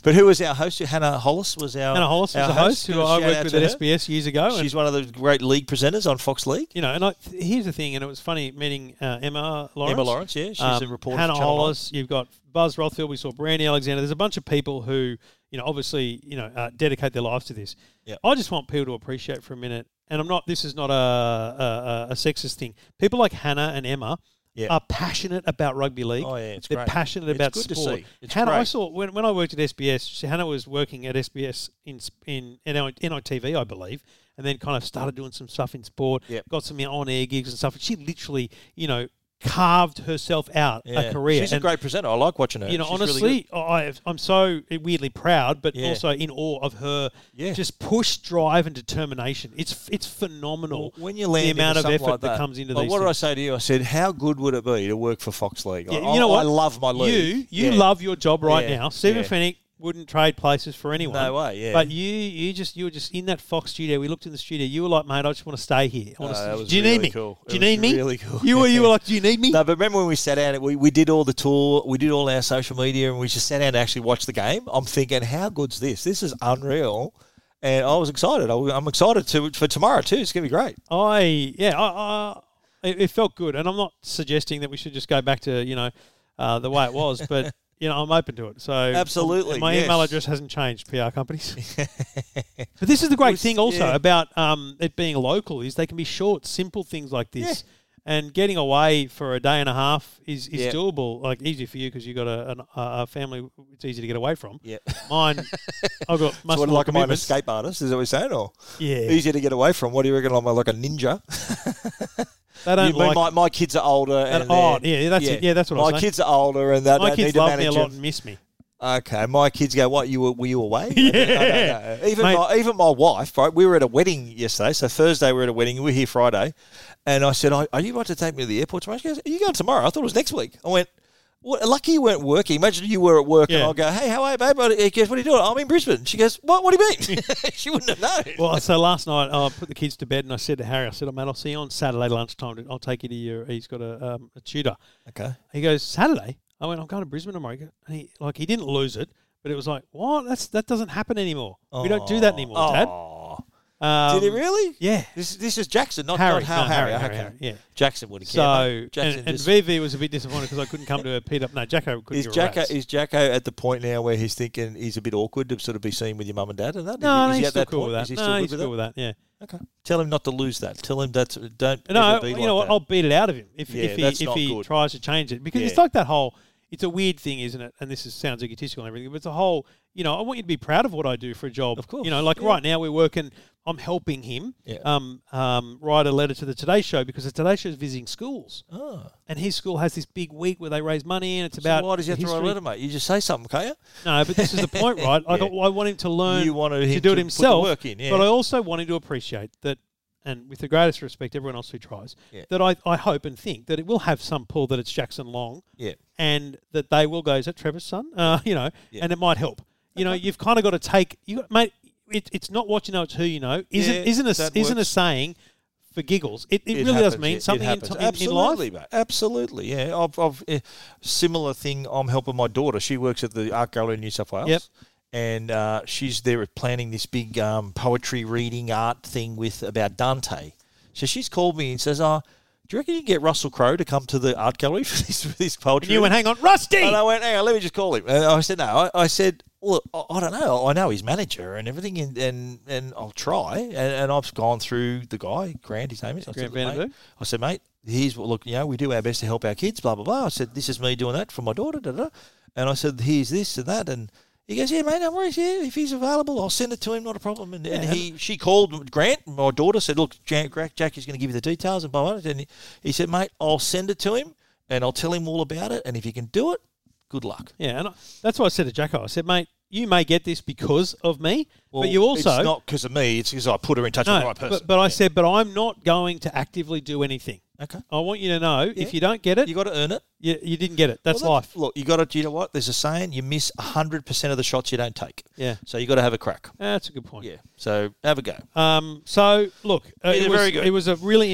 but who was our host? Hannah Hollis was our Anna Hollis was our a host who Give a I shout worked out with to at her. SBS years ago. and She's one of the great league presenters on Fox League. you know, and I, here's the thing, and it was funny meeting uh, Emma Lawrence. Emma Lawrence, yeah. She's um, a reporter Hannah for Channel Nine. Hollis. You've got Buzz Rothfield. We saw Brandy Alexander. There's a bunch of people who, you know, obviously, you know, uh, dedicate their lives to this. Yep. I just want people to appreciate for a minute, and I'm not. This is not a a, a- a sexist thing. People like Hannah and Emma Yeah. are passionate about rugby league. Oh, yeah, it's They're great. passionate It's about good to sport. see. It's Hannah, I great. saw when, when I worked at SBS. she- Hannah was working at SBS in sp- in NI NITV, I believe. And then kind of started doing some stuff in sport. Yep. Got some on-air gigs and stuff. And she literally, you know, carved herself out Yeah. a career. She's and, a great presenter. I like watching her. You know, She's really honestly, I, I'm so weirdly proud, but Yeah. also in awe of her Yeah. just push, drive, and determination. It's it's phenomenal. Well, when you land the amount into of something effort like that, that, comes into like these. what did I things. say to you? I said, "How good would it be to work for Fox League?" Yeah, I, you know what? I love my You league. you Yeah. love your job right Yeah. now. Stephen Yeah. Fennick wouldn't trade places for anyone. No way, yeah. But you you just you were just in that Fox studio. We looked in the studio. You were like, mate, I just want to stay here. I want Oh, to that was do you need really me? cool. Do you It was need me? really cool. You were you were like, do you need me? No, but remember when we sat down, we, we did all the tour, we did all our social media, and we just sat down to actually watch the game. I'm thinking, how good's this? This is unreal. And I was excited. I, am excited to, for tomorrow, too. It's going to be great. I yeah, I, I it, it felt good, and I'm not suggesting that we should just go back to you know uh, the way it was, but you know I'm open to it. So Absolutely, my email yes. address hasn't changed. PR companies, but this is the great thing also yeah. about um, it being local is they can be short, simple things like this. And getting away for a day and a half is, is Yeah. doable. Like easy for you because you got a, an, a a family. It's easy to get away from. Yeah. Mine, I've got much So what, more like, am I an commitments. escape artist? Is that what you're saying? Or Yeah, easier to get away from? What do you reckon? I'm like a ninja. they You don't mean like my, my kids are older. And, they're- oh, yeah, that's it. Yeah, that's what I my was My saying. kids are older and they my don't need kids to love me manage a your- lot and miss me. Okay, my kids go, "What you were? Were you away?" Yeah. I don't know. even Mate. my even my wife. Right, we were at a wedding yesterday. So Thursday we were at a wedding. We were here Friday, and I said, "Are are you about to take me to the airport tomorrow?" She goes, "Are you going tomorrow?" I thought it was next week. I went. What, lucky you weren't working. Imagine you were at work, and Yeah. I'll go, "Hey, how are you, babe?" I goes, "What are you doing?" I'm in Brisbane. She goes, "What? What do you mean?" she wouldn't have known. Well, so last night I put the kids to bed and I said to Harry, I said, oh, mate, I'll see you on Saturday lunchtime. I'll take you to your, he's got a, um, a tutor. okay. He goes, Saturday? I went, I'm going to Brisbane tomorrow. He go- And he, like, he didn't lose it, but it was like, what? That's That doesn't happen anymore. We don't do that anymore, Oh, Dad. Um, did it really? yeah. This this is Jackson, not Harry, not how no, Harry. Harry, okay. Harry, Harry, yeah. Jackson would have So, and, Jackson and just- VV was a bit disappointed because I couldn't come to her Pete up. No, Jacko couldn't Is give a Jacko rat's. is Jacko at the point now where he's thinking he's a bit awkward to sort of be seen with your mum and dad and that? No, is no, he he's at still that cool point? with that. Is he no, still good he's with cool with that, yeah. that? Okay. Tell him not to lose that. Tell him that's don't No, ever be you like know what? that. I'll beat it out of him if, Yeah, if he that's if not he good. tries to change it because it's Yeah. like that whole. It's a weird thing, isn't it? And this is, sounds egotistical and everything, but it's a whole. You know, I want you to be proud of what I do for a job. Of course, You know, like yeah. right now we're working. I'm helping him. Yeah. Um, um, write a letter to the Today Show because the Today Show is visiting schools, Oh. and his school has this big week where they raise money, and it's So about why does he have the to write a history- letter, mate? You just say something, can't you? no, but this is the point, right? Like, Yeah. I want him to learn You wanted to him do to it put the himself. work in, yeah. But I also want him to appreciate that, and with the greatest respect, everyone else who tries, Yeah. that I, I hope and think that it will have some pull that it's Jackson Long Yeah. and that they will go, is that Trevor's son? Uh, you know, Yeah. and it might help. You know, you've kind of got to take, you got, mate, it, it's not what you know, it's who you know. Isn't, Yeah, isn't, a, s- that isn't a works. saying for giggles. It, it, really happens, does mean it- it something in, happens. in, in life. Absolutely, mate. Absolutely, yeah. I've, I've eh, similar thing. I'm helping my daughter. She works at the Art Gallery in New South Wales. Yep. And uh, she's there planning this big um, poetry reading art thing with about Dante. So she's called me and says, "Oh, do you reckon you can get Russell Crowe to come to the art gallery for this, for this poetry?" And you went, hang on, Rusty! And I went, hang on, let me just call him. And I said, no. I, I said, Well, I, I don't know. I know his manager and everything, and and, and I'll try. And, and I've gone through the guy, Grant, his name is. I Grant said, "Mate," Vandenberg? I said, mate, here's what, look, you know, we do our best to help our kids, blah, blah, blah. I said, this is me doing that for my daughter, da, da. da. And I said, here's this and that. And he goes, yeah, mate, no worries. Yeah, if he's available, I'll send it to him, not a problem. And, and he, she called Grant, my daughter, said, look, Jack, Jack is going to give you the details and blah, blah, blah. And he, he said, mate, I'll send it to him and I'll tell him all about it. And if he can do it, good luck. Yeah, and I, that's what I said to Jacko. I said, mate, you may get this because of me, Well, but you also it's not because of me. It's because I put her in touch with the no. right person. But, but I said, but I'm not going to actively do anything. okay, I want you to know if you don't get it, you you, got to earn it. you, didn't get it. That's Well, life. that- Look, you got to. You know what? There's a saying: you miss hundred percent of the shots you don't take. Yeah. So you got to have a crack. That's a good point. Yeah. So have a go. Um, so look, uh, Been it was, very good. it was a really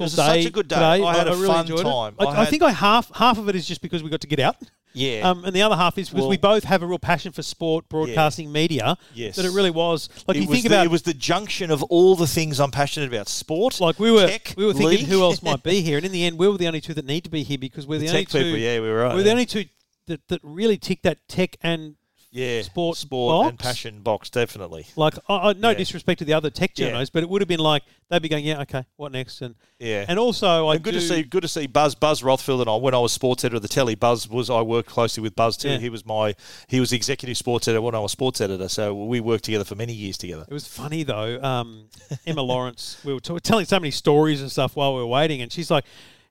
It was day. such a good day. today. I had a a fun enjoyed it. time. I, I I had- think I half half of it is just because we got to get out. Yeah. Um, and the other half is because we Well- both have a real passion for sport, broadcasting, media. Yes. That it really was. Like it you was think the, about it was the junction of all the things I'm passionate about: sport, Like we were, tech, we were thinking league. who else might be here, and in the end, we were the only two that need to be here because we're the, only tech two. people. Yeah, we were right. eh? we're the yeah. only two that, that really tick that tech and yeah. sport sport and box. passion box definitely. like. I I no Yeah. disrespect to the other tech journos, Yeah. but it would have been like they'd be going, yeah, okay, what next? And Yeah. and also I And good do, to see, good to see Buzz, Buzz Rothfield, and I. When I was sports editor of the telly, Buzz was I worked closely with Buzz too. Yeah. He was my, he was executive sports editor when I was sports editor. So we worked together for many years together. It was funny though. Um, Emma Lawrence, we were t- telling so many stories and stuff while we were waiting, and she's like,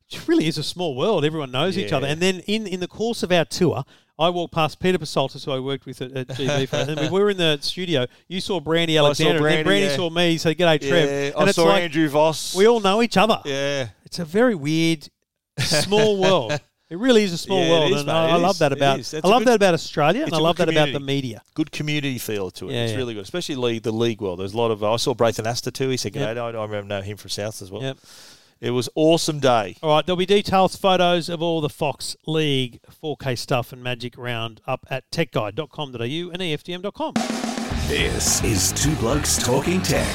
"It really is a small world. Everyone knows each other." Yeah. And then in in the course of our tour, I walked past Peter Pasoltis, who I worked with at, at GB, for, and we were in the studio. You saw Brandy Alexander, and then Brandy, Brandy yeah. saw me. So g'day, Trev. Yeah, and I it's saw like Andrew Voss. we all know each other. yeah, It's a very weird, small world. It really is a small Yeah, it world, is, and mate. I, I It love is. that It about is. I That's a love good- that about Australia, and it's I a love good that about the community. media. good community feel to it. Yeah, it's yeah. really good, especially league, the league world. There's a lot of. I saw Braithen Astor too. He said, Yep. "G'day." I, I remember know him from South as well. Yep. It was awesome day. All right, there'll be details, photos of all the Fox League 4K stuff and Magic Round up at techguide.com.au and E EFDM.com. This is Two Blokes Talking Tech.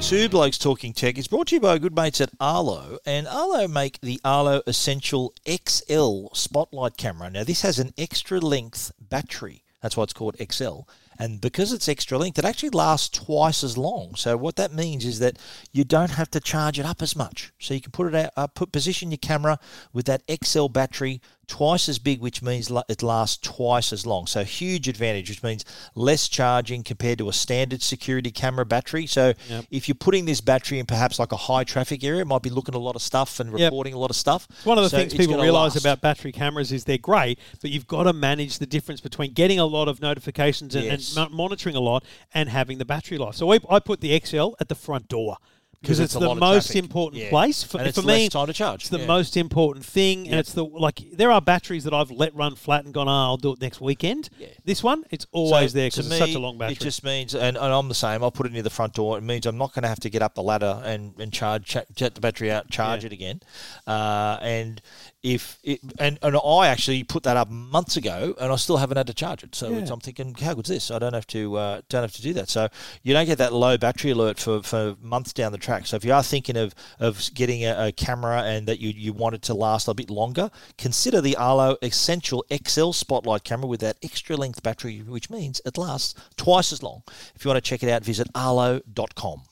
Two Blokes Talking Tech is brought to you by our good mates at Arlo, and Arlo make the Arlo Essential XL spotlight camera. Now, this has an extra length battery. That's why it's called XL. And because it's extra length, it actually lasts twice as long. So what that means is that you don't have to charge it up as much. So you can put it out, uh, put position your camera with that XL battery twice as big, which means la- it lasts twice as long. So huge advantage, which means less charging compared to a standard security camera battery. So if you're putting this battery in perhaps like a high traffic area, it might be looking at a lot of stuff and Yep. recording a lot of stuff. It's one of the So things it's people gonna realise last. about battery cameras is they're great, but you've got to manage the difference between getting a lot of notifications and, and Yes. mo- monitoring a lot and having the battery life. So I, I put the XL at the front door because it's, a the lot of most traffic. important Yeah. place for, and it's for less me. time to charge. It's the Yeah. most important thing, and it's the like. There are batteries that I've let run flat and gone, ah, I'll do it next weekend. This one, it's always So, there to because it's me, such a long battery. It just means, and, and I'm the same. I'll put it near the front door. It means I'm not going to have to get up the ladder and and charge cha- get the battery out, charge Yeah. it again. Uh, and if it, and and I actually put that up months ago, and I still haven't had to charge it. So it's, I'm thinking, how good's this? I don't have to uh, don't have to do that. So you don't get that low battery alert for, for months down the track. So if you are thinking of of getting a, a camera and that you you want it to last a bit longer, consider the Arlo Essential XL Spotlight camera with that extra length battery, which means it lasts twice as long. If you want to check it out, visit arlo.com.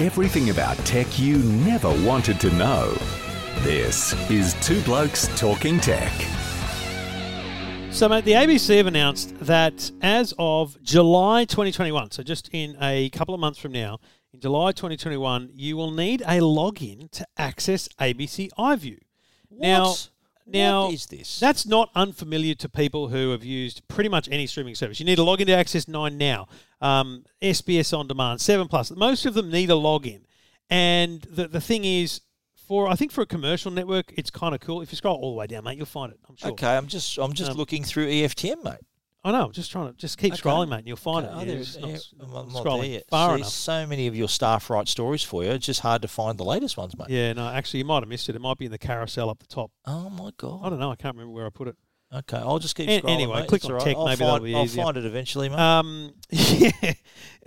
Everything about tech you never wanted to know. This is Two Blokes Talking Tech. So, mate, the ABC have announced that as of July 2021, so just in a couple of months from now, in July 2021, you will need a login to access ABC iView. Now, What? now What is this? That's not unfamiliar to people who have used pretty much any streaming service. You need a login to access Nine Now, um, SBS On Demand, Seven Plus. Most of them need a login, and the the thing is. For, I think for a commercial network, it's kind of cool. If you scroll all the way down, mate, you'll find it. I'm sure. Um, Okay, I'm just I'm just looking through E EFTM, mate. I know. I'm just trying to just keep Okay. scrolling, mate, and you'll find Oh, it. there You're is- just not yeah, s- I'm not not there scrolling yet. far See, enough. so many of your staff write stories for you. It's just hard to find the latest ones, mate. Yeah, no. Actually, you might have missed it. It might be in the carousel up the top. Oh my I god. don't know. I can't remember where I put it. Okay, I'll just keep An- scrolling. anyway, mate. click It's on all tech, I'll maybe find, that'll be I'll easier. find it eventually, mate. Um, yeah.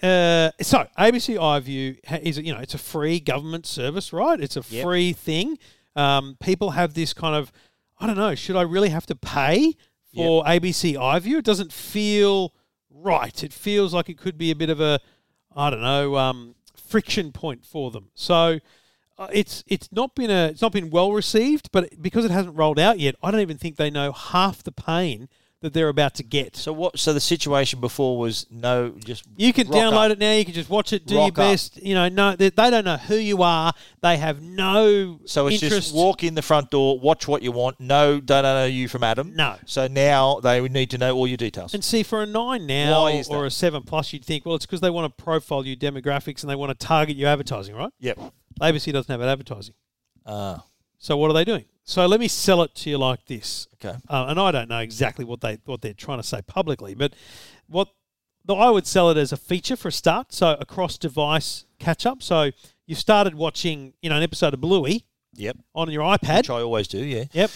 Uh, so ABC iView ha- is you know it's a free government service, right? It's a Yep. free thing. Um, people have this kind of I don't know. Should I really have to pay for or ABC iView. It doesn't feel right. It feels like it could be a bit of a, I don't know, um, friction point for them. So uh, it's it's not been a it's not been well received, but because it hasn't rolled out yet, I don't even think they know half the pain that they're about to get. So what? So the situation before was no, just You can rock download up. it now. You can just watch it. Do Rock your up. best. You know, no, they, they don't know who you are. They have no So it's interest. just walk in the front door, watch what you want. No, don't know you from Adam. No. So now they would need to know all your details. And see, for a nine now Why is or that? a seven plus, you'd think, well, it's because they want to profile your demographics and they want to target your advertising, right? yep. ABC doesn't have advertising. Uh, So what are they doing? So let me sell it to you like this. okay. Uh, and I don't know exactly what they what they're trying to say publicly, but what though I would sell it as a feature for a start, so a cross device catch up. So you started watching, you know, an episode of Bluey Yep. on your iPad. Which I always do. Yeah. Yep.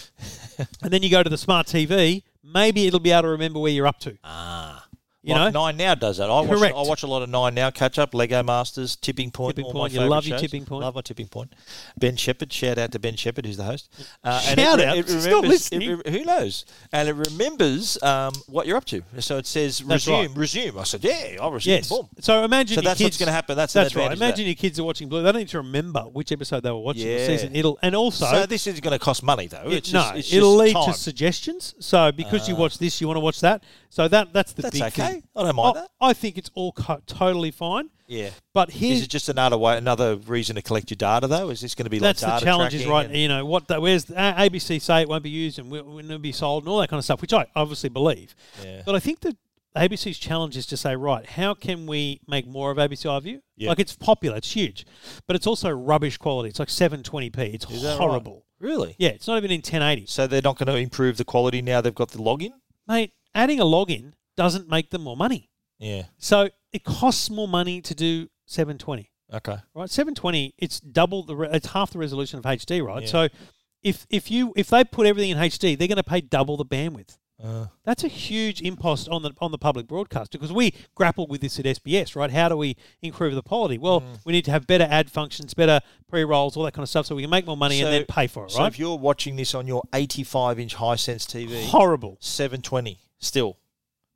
and then you go to the smart TV. Maybe it'll be able to remember where you're up to. Ah. You like know, Nine Now does that. I watch, Correct. I watch a lot of Nine Now catch up, Lego Masters, Tipping Point. Tipping all Point, My you favourite love your shows. Tipping Point. Love my Tipping Point. Ben Shepherd. Shout out to Ben Shepherd, who's the host. Uh, Shout re- out. He's not remembers- listening. it re- who knows? And it remembers um, what you're up to. So it says That's resume, right. resume. I said, yeah, I'll resume. yes. Boom. So imagine So your that's what's kids- going to happen. That's, an That's right. advantage of Imagine that. your kids are watching Blue. They don't need to remember which episode they were watching the Yeah. season. It'll and also So this is going to cost money, though. it- It's no, just, it's it'll just lead time. Ah. to suggestions. So because you watch this, you want to watch that. So that that's the That's big okay. thing. I don't mind I, that. I think it's all co- totally fine. Yeah. But Is here's it just another way, another reason to collect your data, though? Is this going to be like that's data the challenge is tracking right. and- You know what? The, where's the, uh, ABC say it won't be used and will will not be sold and all that kind of stuff, which I obviously believe. Yeah. But I think that ABC's challenge is to say, right, how can we make more of ABC iView? Yeah. Like it's popular, it's huge, but it's also rubbish quality. It's like 720p. It's Is that right? horrible. Really? Yeah, it's not even in 1080. So they're not going to improve the quality now they've got the login? Mate, adding a login doesn't make them more money. Yeah. So it costs more money to do 720. Okay. right? Seven twenty, it's double the, re- it's half the resolution of HD, right? Yeah. So, if if you if they put everything in HD, they're going to pay double the bandwidth. Uh, That's a huge impost on the on the public broadcaster because we grappled with this at SBS, right? How do we improve the quality? Well, Mm. we need to have better ad functions, better pre rolls, all that kind of stuff, so we can make more money So- and then pay for it, So right? if you're watching this on your 85 inch Hisense TV, Horrible. 720 still.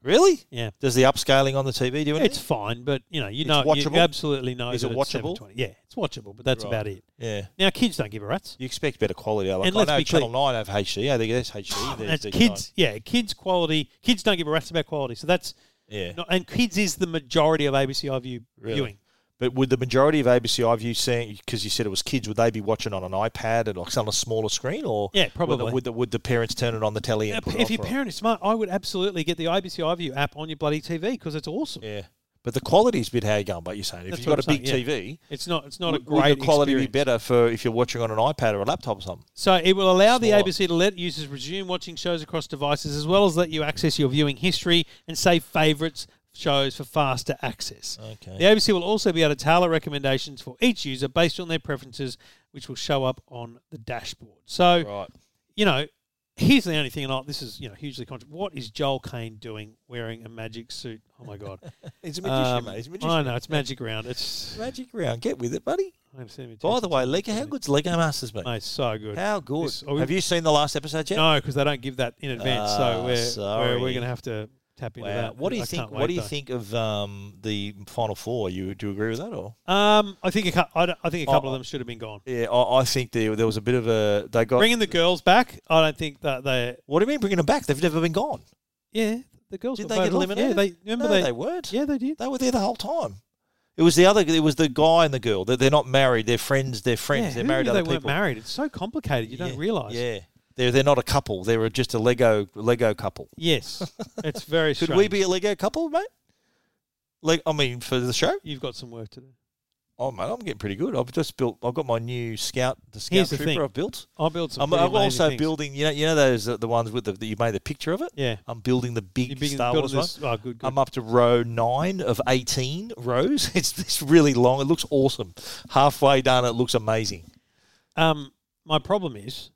Really? Yeah. Does the upscaling on the TV do anything? It's fine, but you know, you It's know, you watchable? absolutely know. Is that it it's watchable? 720. Yeah, it's watchable, but that's Right. about it. yeah. Now, kids don't give a rat's. You expect better quality. Like, And I let's know be Channel 9 have HD. Yeah, they that's HD. There's That's the kids, yeah, kids quality. Kids don't give a rat's about quality, so that's nine. Yeah. No, and kids is the majority of ABC iView Really? viewing. But would the majority of ABC iView seeing because you said it was kids, would they be watching on an iPad and like on a smaller screen, or Yeah, would the- probably. Would the, would the, parents turn it on the telly and Now, put it on if your for 'em? parent is smart, I would absolutely get the ABC iView app on your bloody TV because it's awesome. Yeah, but the quality's a bit how you're going. But you're saying if That's you've what got a I'm big saying, TV, It's not. It's not a would- would great the quality experience. be better for if you're watching on an iPad or a laptop or something? So it will allow Smaller. the ABC to let users resume watching shows across devices, as well as let you access your viewing history and save favourites shows for faster access. Okay. The ABC will also be able to tailor recommendations for each user based on their preferences, which will show up on the dashboard. So Right. you know, here's the only thing, and I, this is you know hugely controversial. What is Joel Kane doing wearing a magic suit? Oh my god! He's a Um, I know it's magic round. It's Magic round. Get with it, buddy. I'm sending it to By you. the way, Lego, how good's Lego Masters, mate? Mate, so good. How good. This- oh, we- Have you seen the last episode yet? No, because they don't give that in advance, Ah, so we're, we're sorry. we're going to have to tap into Wow. that. What do you I think? can't What wait, do you though. think of um, the final four? You do you agree with that or? Um, I think a, cou- I, don't- I think a couple Oh, of them should have been gone. Yeah, I, I think there, there was a bit of a they got. Bringing the girls back, I don't think that they. what do you mean bringing them back? They've never been gone. Yeah, the girls Did got they get voted off. eliminated? Yeah, they remember no, they. they, weren't. yeah, they did. They were there the whole time. It was the other. It was the guy and the girl. They're, they're not married. They're friends. They're friends. yeah, they're who married knew to other they weren't people. married. It's so complicated. You don't Yeah, realize. Yeah, they're they're not a couple. They're just a Lego Lego couple. Yes, it's very. Could we strange. be a Lego couple, mate? Like I mean, for the show. You've got some work to do. Oh mate, I'm getting pretty good. I've just built. I've got my new Scout. The Scout Here's the Trooper thing. I've built. I'll build some. I'm, pretty I'm amazing also things. building. You know, you know those uh, the ones with the that you made the picture of it. Yeah, I'm building the big You're being- Star building Wars Um, one. this- Oh, good, good. I'm up to row nine of 18 rows. It's, it's really long. It looks awesome. Halfway done, it looks amazing. um, my problem is,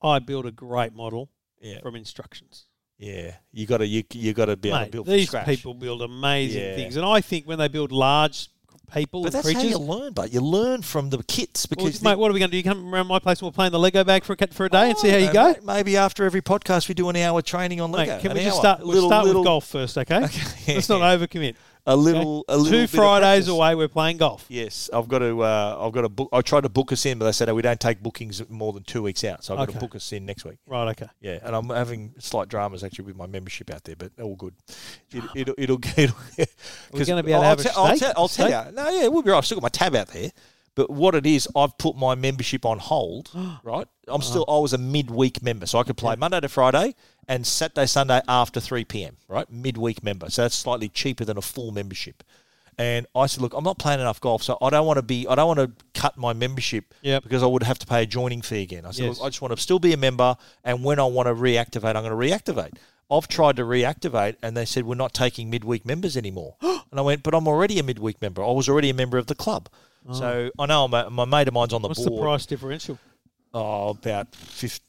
I build a great model Yeah, from instructions. yeah. You got to you, you got to be able to Mate, build from these scratch. people build amazing Yeah. things, and I think when they build large people But and that's creatures. how you learn, but you learn from the kits Well, because. mate, what are we going to do? You come around my place and we'll play in the Lego bag for a, ca- for a day and see how you Oh, go? mate, Maybe after every podcast, we do an hour training on Lego. Mate, can an we just hour. start, we'll Little- start little- with golf first, okay? Okay. Let's not overcommit. A okay? little, a little. bit Two of Fridays practice. away, we're playing golf. Yes, I've got to. Uh, I've got to book. I tried to book us in, but they said oh, we don't take bookings more than two weeks out. So I've got Okay. to book us in next week. Right, okay. Yeah, and I'm having slight dramas actually with my membership out there, but all good. It, it'll it'll get. we gonna be I'll able to have a te- I'll, steak? te- I'll Steak? tell you. No, yeah, we'll be right. I've still got my tab out there, but what it is, I've put my membership on hold. Right, Uh-huh. I'm still. I was a midweek member, so I could play Monday to Friday and Saturday Sunday after three p.m. Right, midweek member, so that's slightly cheaper than a full membership. And I said, look, I'm not playing enough golf, so I don't want to be. I don't want to cut my membership Yep. because I would have to pay a joining fee again. I said, Yes. look, I just want to still be a member, and when I want to reactivate, I'm going to reactivate. I've tried to reactivate, and they said we're not taking midweek members anymore. and I went, but I'm already a midweek member. I was already a member of the club, so I know I'm a, my mate of mine's on the Oh. What's the board. price differential? Oh, about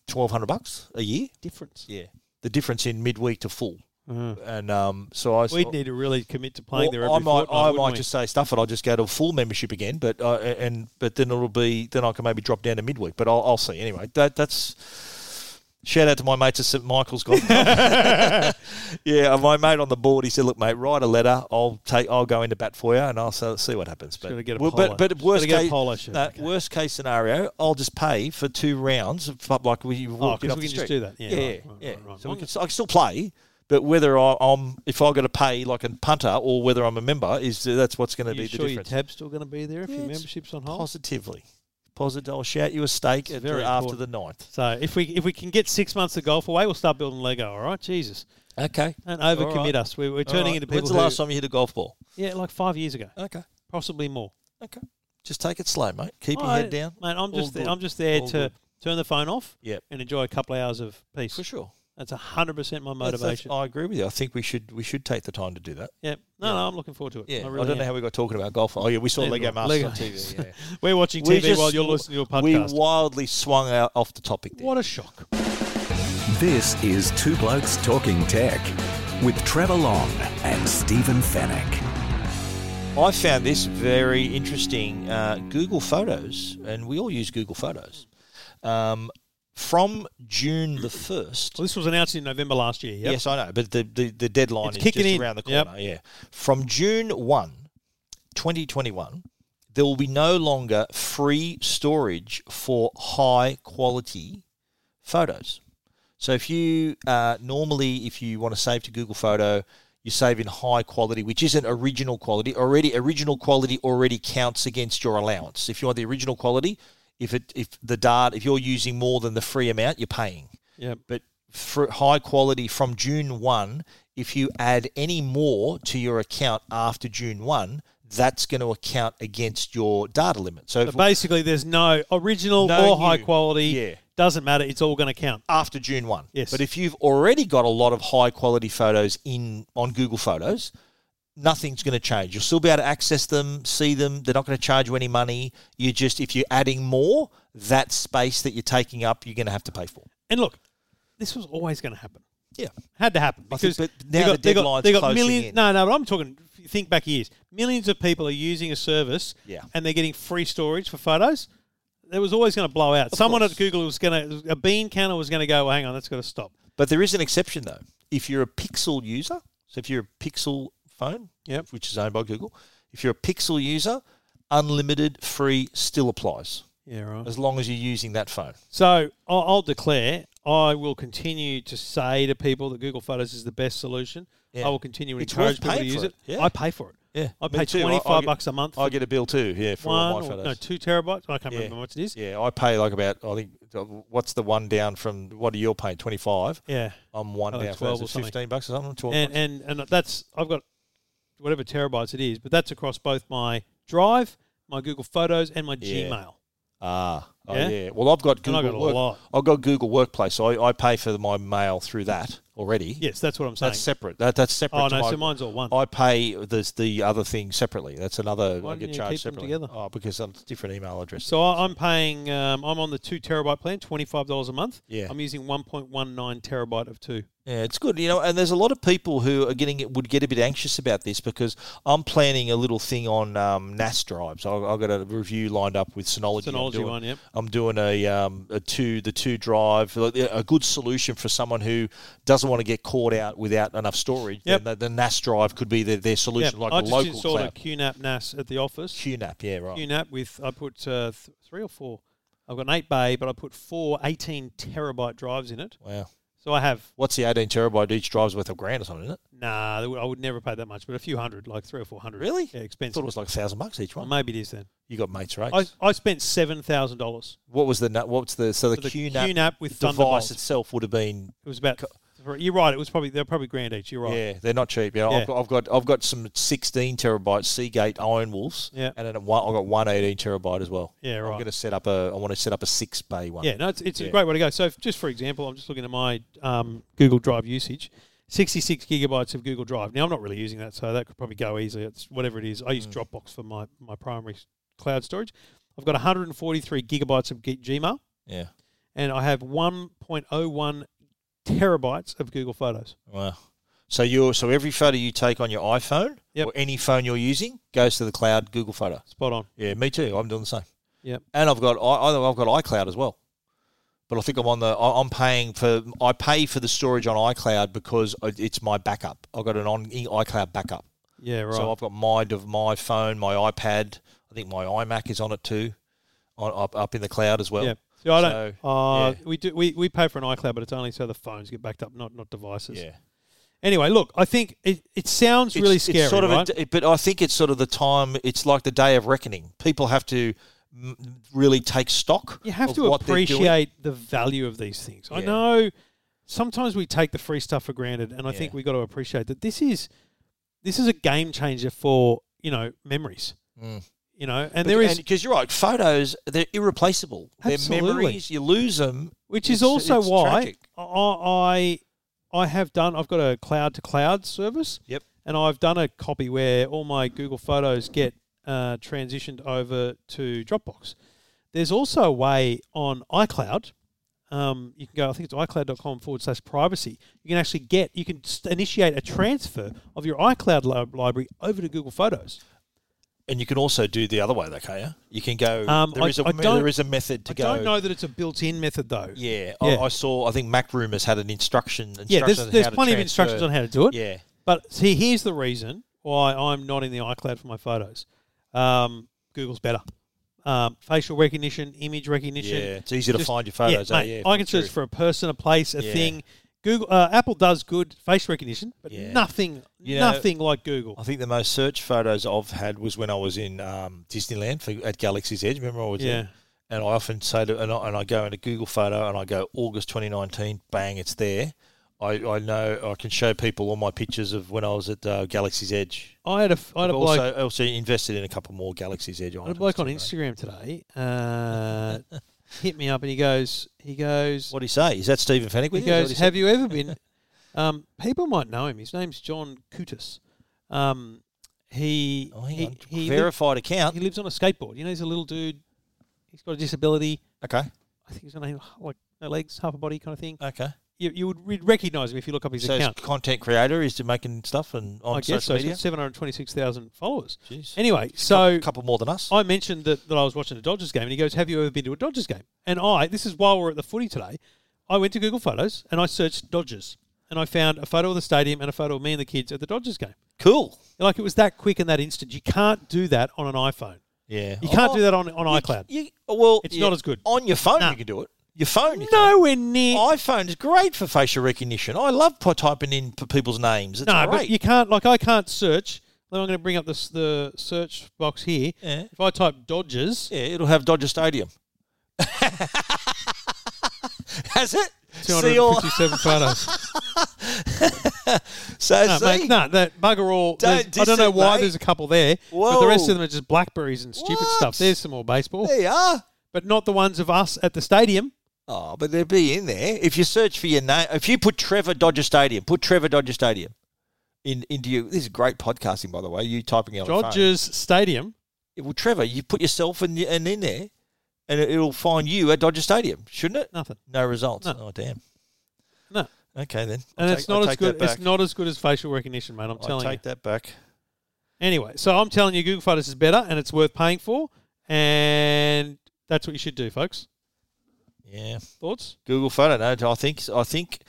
twelve hundred bucks a year. Difference. Yeah, the difference in midweek to full, and um, so I s- We'd Mm-hmm. need to really commit to playing there every I might, fortnight, I wouldn't might we? just say stuff it. I'll just go to full membership again, but uh, and but then it'll be then I can maybe drop down to midweek. But I'll, I'll see anyway. That that's shout out to my mates at St Michael's Golf. Club. yeah, my mate on the board. He said, "Look, mate, write a letter. I'll take. I'll go into bat for you, and I'll so- see what happens." But gotta get a well, polo. but, but Just worst gotta get a case, polo shirt, no, okay. worst case scenario, I'll just pay for two rounds. of- Like we you walked in 'cause off Oh, we the can just street. do that. Yeah, yeah, right, right, yeah. right, right. So we can. s- I can still play. But whether I, I'm, if I got to pay like a punter or whether I'm a member, is that's what's going to be you sure the your difference. tab's still going to be there if Yeah, your it's membership's on hold? Positively, positive. I'll shout you a steak at the- very after important. the ninth. So if we if we can get six months of golf away, we'll start building Lego. All right, Jesus, Okay. don't overcommit All right. us. We're, we're turning into people. When's the who- last time you hit a golf ball? Yeah, like five years ago, Okay. possibly more. Okay. Just take it slow, mate. Keep your I- head down. mate. I'm All just good. I'm just there All to good. turn the phone off Yep. and enjoy a couple of hours of peace. For sure. That's hundred percent my That's- that's- motivation. I agree with you. I think we should we should take the time to do that. yeah, no, no, I'm looking forward to it. Yeah. I I, really don't know am. how we got talking about golf. Oh yeah, we saw Neither Lego do I. Masters Lego- on TV. Yeah. We're watching We TV while just- you're listening to a We podcast. wildly swung out off the topic there. what a shock! This is Two Blokes Talking Tech with Trevor Long and Stephen Fennec. I found this very interesting. Uh, Google Photos, and we all use Google Photos, um, from June the 1st. Well, this was announced in November last year. Yep. Yes, I know, but the, the, the deadline It's is kicking just in. around the Yep. corner. Yeah. From June 1, 2021, there will be no longer free storage for high quality photos. So if you uh, normally, if you want to save to Google Photo, you save in high quality, which isn't original quality. Already, original quality already counts against your allowance. If you want the original quality, if it if the data, if you're using more than the free amount, you're paying. Yep. But for high quality from June one, if you add any more to your account after June one, that's going to account against your data limit. So, So if basically, there's no original No or high new. quality. Yeah. Doesn't matter. It's all going to count. after June one. Yes. But if you've already got a lot of high quality photos in on Google Photos, nothing's going to change. You'll still be able to access them, see them. They're not going to charge you any money. You just if you're adding more, that space that you're taking up, you're going to have to pay for. And look, this was always going to happen. Yeah. Had to happen I think, because but now the they got, deadline's they got closing millions. in. No, no, but I'm talking. Think back years. Millions of people are using a service, Yeah. and they're getting free storage for photos. It was always going to blow out. Someone course. at Google was going to a bean counter was going to go. Well, hang on, that's got to stop. But there is an exception though. If you're a Pixel user, so if you're a Pixel phone, Yep. which is owned by Google, if you're a Pixel user, unlimited free still applies Yeah, right. as long as you're using that phone. So I'll, I'll declare. I will continue to say to people that Google Photos is the best solution. Yeah. I will continue to It's encourage worth people to paying use for it. it. Yeah. I pay for it. Yeah, I me pay too. I- I twenty five get- bucks a month for I get a bill too, yeah, for all one my or, photos. no two terabytes. I can't Yeah. remember how much it is. Yeah, I pay like about I think uh, what's the one down from what are you paying twenty five? yeah. I'm one Oh, down for 12 or is it something. fifteen bucks or something. 12 and, bucks. and and that's I've got whatever terabytes it is, but that's across both my Drive, my Google Photos, and my Yeah. Gmail. ah, oh, Yeah? yeah. Well, I've got And Google. I got a Work- lot. I've got Google Workplace, so I, I pay for my mail through that already. Yes, that's what I'm saying. that's separate. That, that's separate. oh to no, my- so mine's all one. I pay the the other thing separately. That's another. Why I didn't get you charged keep them separately. together? Oh, because I'm different email address. so I, I'm paying. Um, I'm on the two terabyte plan, twenty five dollars a month. Yeah. I'm using one point one nine terabyte of two. Yeah, it's good, you know. And there's a lot of people who are getting would get a bit anxious about this because I'm planning a little thing on um, NAS drives. I, I've got a review lined up with Synology. I'm Synology doing- one, yep. I'm doing a um, a two the two drive like, a good solution for someone who doesn't want to get caught out without enough storage. Yep. Then the, the NAS drive could be their, their Yeah, solution, like I a just local installed cloud. a QNAP NAS at the office. QNAP, yeah, right. QNAP with I put uh, th- three or four. I've got an eight bay, but I put four 18 terabyte drives in it. Wow, So I have what's the 18 terabyte each drive's worth of grand or something? Isn't it? nah. I would- I would never pay that much, but a few hundred, like three or four hundred. Really? I Yeah, thought expensive. it was like a thousand bucks each one. Maybe it is then. You got mates rates. I, I spent seven thousand dollars what was the na- what's the so the, for the QNAP, QNAP with device Thunderbolt. itself would have been It was about. You're right. It was probably they're probably grand each. You're right. Yeah, they're not cheap. Yeah, Yeah. I've, got, I've got I've got some 16 terabyte Seagate Iron Wolves. Yeah. and then one, I've got one 18 terabyte as well. Yeah, I'm right. going to set up a I want to set up a six bay one. Yeah, no, it's, it's a Yeah. great way to go. So, if, just for example, I'm just looking at my um, Google Drive usage 66 gigabytes of Google Drive. Now, I'm not really using that, so that could probably go easily. It's whatever it is. I Mm. use Dropbox for my, my primary s- cloud storage. I've got 143 gigabytes of G- Gmail, yeah. and I have 1.01 terabytes of Google Photos. Wow. So you so every photo you take on your iPhone Yep. or any phone you're using goes to the cloud Google Photo. Spot on. Yeah, me too. I'm doing the same. Yep. And I've got I, I- I've got iCloud as well. But I think I'm on the I- I'm paying for I pay for the storage on iCloud because it's my backup. I've got an on e, iCloud backup. Yeah, right. So I've got my dev- my phone, my iPad. I think my iMac is on it too, on, up up in the cloud as well. yeah. So I don't. so, uh, yeah. We do. We, we pay for an iCloud, but it's only so the phones get backed up, not not devices. Yeah. Anyway, look, I think it, it sounds really scary, sort of a right? d- but I think it's sort of the time. It's like the day of reckoning. People have to m- really take stock. You have of to what they're doing. appreciate the value of these things. I Yeah. know sometimes we take the free stuff for granted, and I think Yeah. we got to appreciate that this is this is a game changer for you know memories. Mm. You know, and But- there is, because you're right. Photos they're irreplaceable. Absolutely. They're memories. You lose them. which is it's- also it's why tragic. I, I I have done. I've got a cloud to cloud service. Yep. and I've done a copy where all my Google Photos get uh, transitioned over to Dropbox. There's also a way on iCloud. Um, you can go, I think it's iCloud.com forward slash privacy. You can actually get, you can s- initiate a transfer of your iCloud li- library over to Google Photos. And you can also do the other way, though, can't you? You can go. Um, there I- is a I me- don't- there is a method to I go. don't know that it's a built-in method though. Yeah, Yeah. I, I saw. I think Mac Room has had an instruction. instruction Yeah, there's, there's plenty of instructions on how to do it. Yeah, But see, here's the reason why I'm not in the iCloud for my photos. Um, Google's better. Um, facial recognition, image recognition. yeah, it's easy to Just- find your photos. Yeah, eh? mate, yeah, I can true. search for a person, a place, a Yeah. thing. Google, uh, Apple does good face recognition, but Yeah. nothing, You know- nothing like Google. I think the most searched photos I've had was when I was in um, Disneyland for, at Galaxy's Edge. Remember, I was Yeah. there? And I often say to, and I, and I go into Google Photo and I go August 2019, bang, it's there. I, I know I can show people all my pictures of when I was at uh, Galaxy's Edge. I had a, f- I had I've a bloke, also, also invested in a couple more Galaxy's Edge I had a items. bloke on too, mate. Instagram today. Uh, hit me up and he goes, he goes, What do you say? Is that Stephen Fennick he with you? Is that goes, what he have you ever been? Um, people might know him. His name's John Kutis. Um, he, said? Oh, hang he, on. he, li- verified account. he lives on a skateboard. You know, he's a little dude. He's got a disability. okay. I think he's got a- like no legs, half a body kind of thing. Okay. you, you would re- recognize him if you look up his so his account. content creator is to making stuff and on I guess so. social He's got media. 726,000 followers. Jeez. Anyway, so a couple more than us. I mentioned that, that I was watching a Dodgers game, and he goes, Have you ever been to a Dodgers game? And I, this is while we're at the footy today, I went to Google Photos and I searched Dodgers, and I found a photo of the stadium and a photo of me and the kids at the Dodgers game. cool. Like it was that quick and that instant. You can't do that on an iPhone. Yeah. You can't Oh, do that on, on you- iCloud. you- well, It's you- not as good. On your phone, No. you can do it. Your phone. you can. Nowhere near. iPhone is great for facial recognition. I love p- typing in p- people's names. It's no, great. but you can't. Like I can't search. Then I'm going to bring up this the search box here. Yeah. If I type Dodgers, yeah, it'll have Dodger Stadium. Has it? See all. 257 photos. So no, see, mate, no, that bugger all. Don't there's- I don't know diss it, why mate. there's a couple there, but the rest Whoa. of them are just blackberries and stupid What? stuff. There's some more baseball, there you are. but not the ones of us at the stadium. Oh, but they'd be in there if you search for your name. If you put Trevor Dodger Stadium, put Trevor Dodger Stadium in into you. This is great podcasting, by the way. You typing it on your phone. Dodgers Stadium. Yeah, Well, Trevor, you put yourself in and in there, and it- it'll find you at Dodger Stadium, shouldn't it? Nothing. No results. No. Oh, damn. No. Okay, then. And I'll it's take- I'll not as take good. that It's back. not as good as facial recognition, mate. I'm I'll telling you. take that back. Anyway, so I'm telling you, Google Photos is better and it's worth paying for, and that's what you should do, folks. Yeah. Thoughts? Google Photo. No, I think I think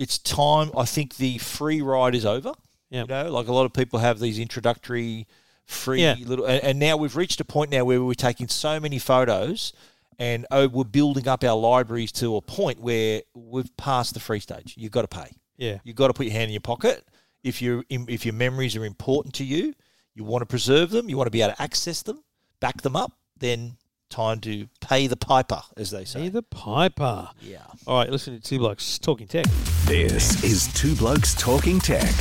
it's time. I think the free ride is over. Yeah. You know, like a lot of people have these introductory free Yeah. little, and, and now we've reached a point now where we're taking so many photos, and oh, we're building up our libraries to a point where we've passed the free stage. You've got to pay. Yeah. You've got to put your hand in your pocket. If you if your memories are important to you, you want to preserve them. You want to be able to access them, back them up. Then time to pay the piper, as they See say. the piper. Yeah. All right, listen to two blokes talking tech, This is Two Blokes Talking Tech.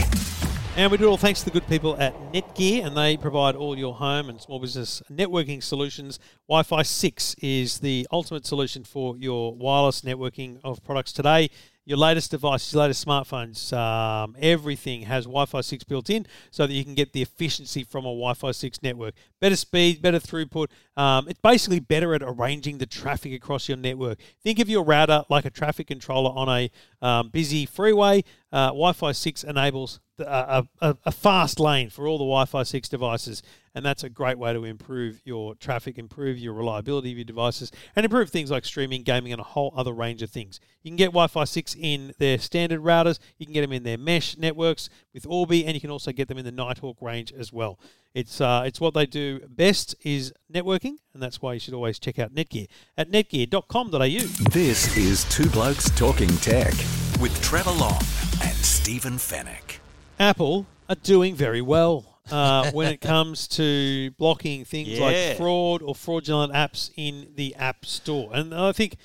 and we do it all thanks to the good people at Netgear, and they provide all your home and small business networking solutions. Wi-Fi six is the ultimate solution for your wireless networking of products today. Your latest devices, your latest smartphones, um, everything has Wi-Fi six built in, so that you can get the efficiency from a Wi-Fi six network. Better speed, better throughput. Um, it's basically better at arranging the traffic across your network. Think of your router like a traffic controller on a um, busy freeway. Uh, Wi-Fi 6 enables the, a, a, a fast lane for all the Wi-Fi 6 devices, and that's a great way to improve your traffic, improve your reliability of your devices, and improve things like streaming, gaming, and a whole other range of things. You can get Wi-Fi 6 in their standard routers. You can get them in their mesh networks with Orbi, and you can also get them in the Nighthawk range as well. It's uh, it's what they do best is networking, and that's why you should always check out Netgear at netgear.com.au. This is Two Blokes Talking Tech with Trevor Long and Stephen Fennec. Apple are doing very well uh, when it comes to blocking things Yeah. like fraud or fraudulent apps in the App Store. And I think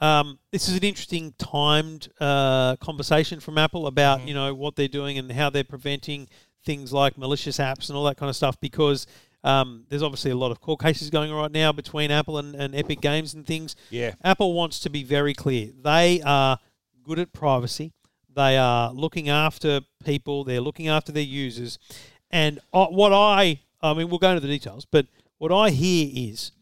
um, this is an interesting timed uh, conversation from Apple about Mm. you know what they're doing and how they're preventing things like malicious apps and all that kind of stuff because. Um, there's obviously a lot of court cases going on right now between Apple and, and Epic Games and things. Yeah. Apple wants to be very clear. They are good at privacy. They are looking after people. They're looking after their users. And uh, what I, I mean, we'll go into the details, but what I hear is,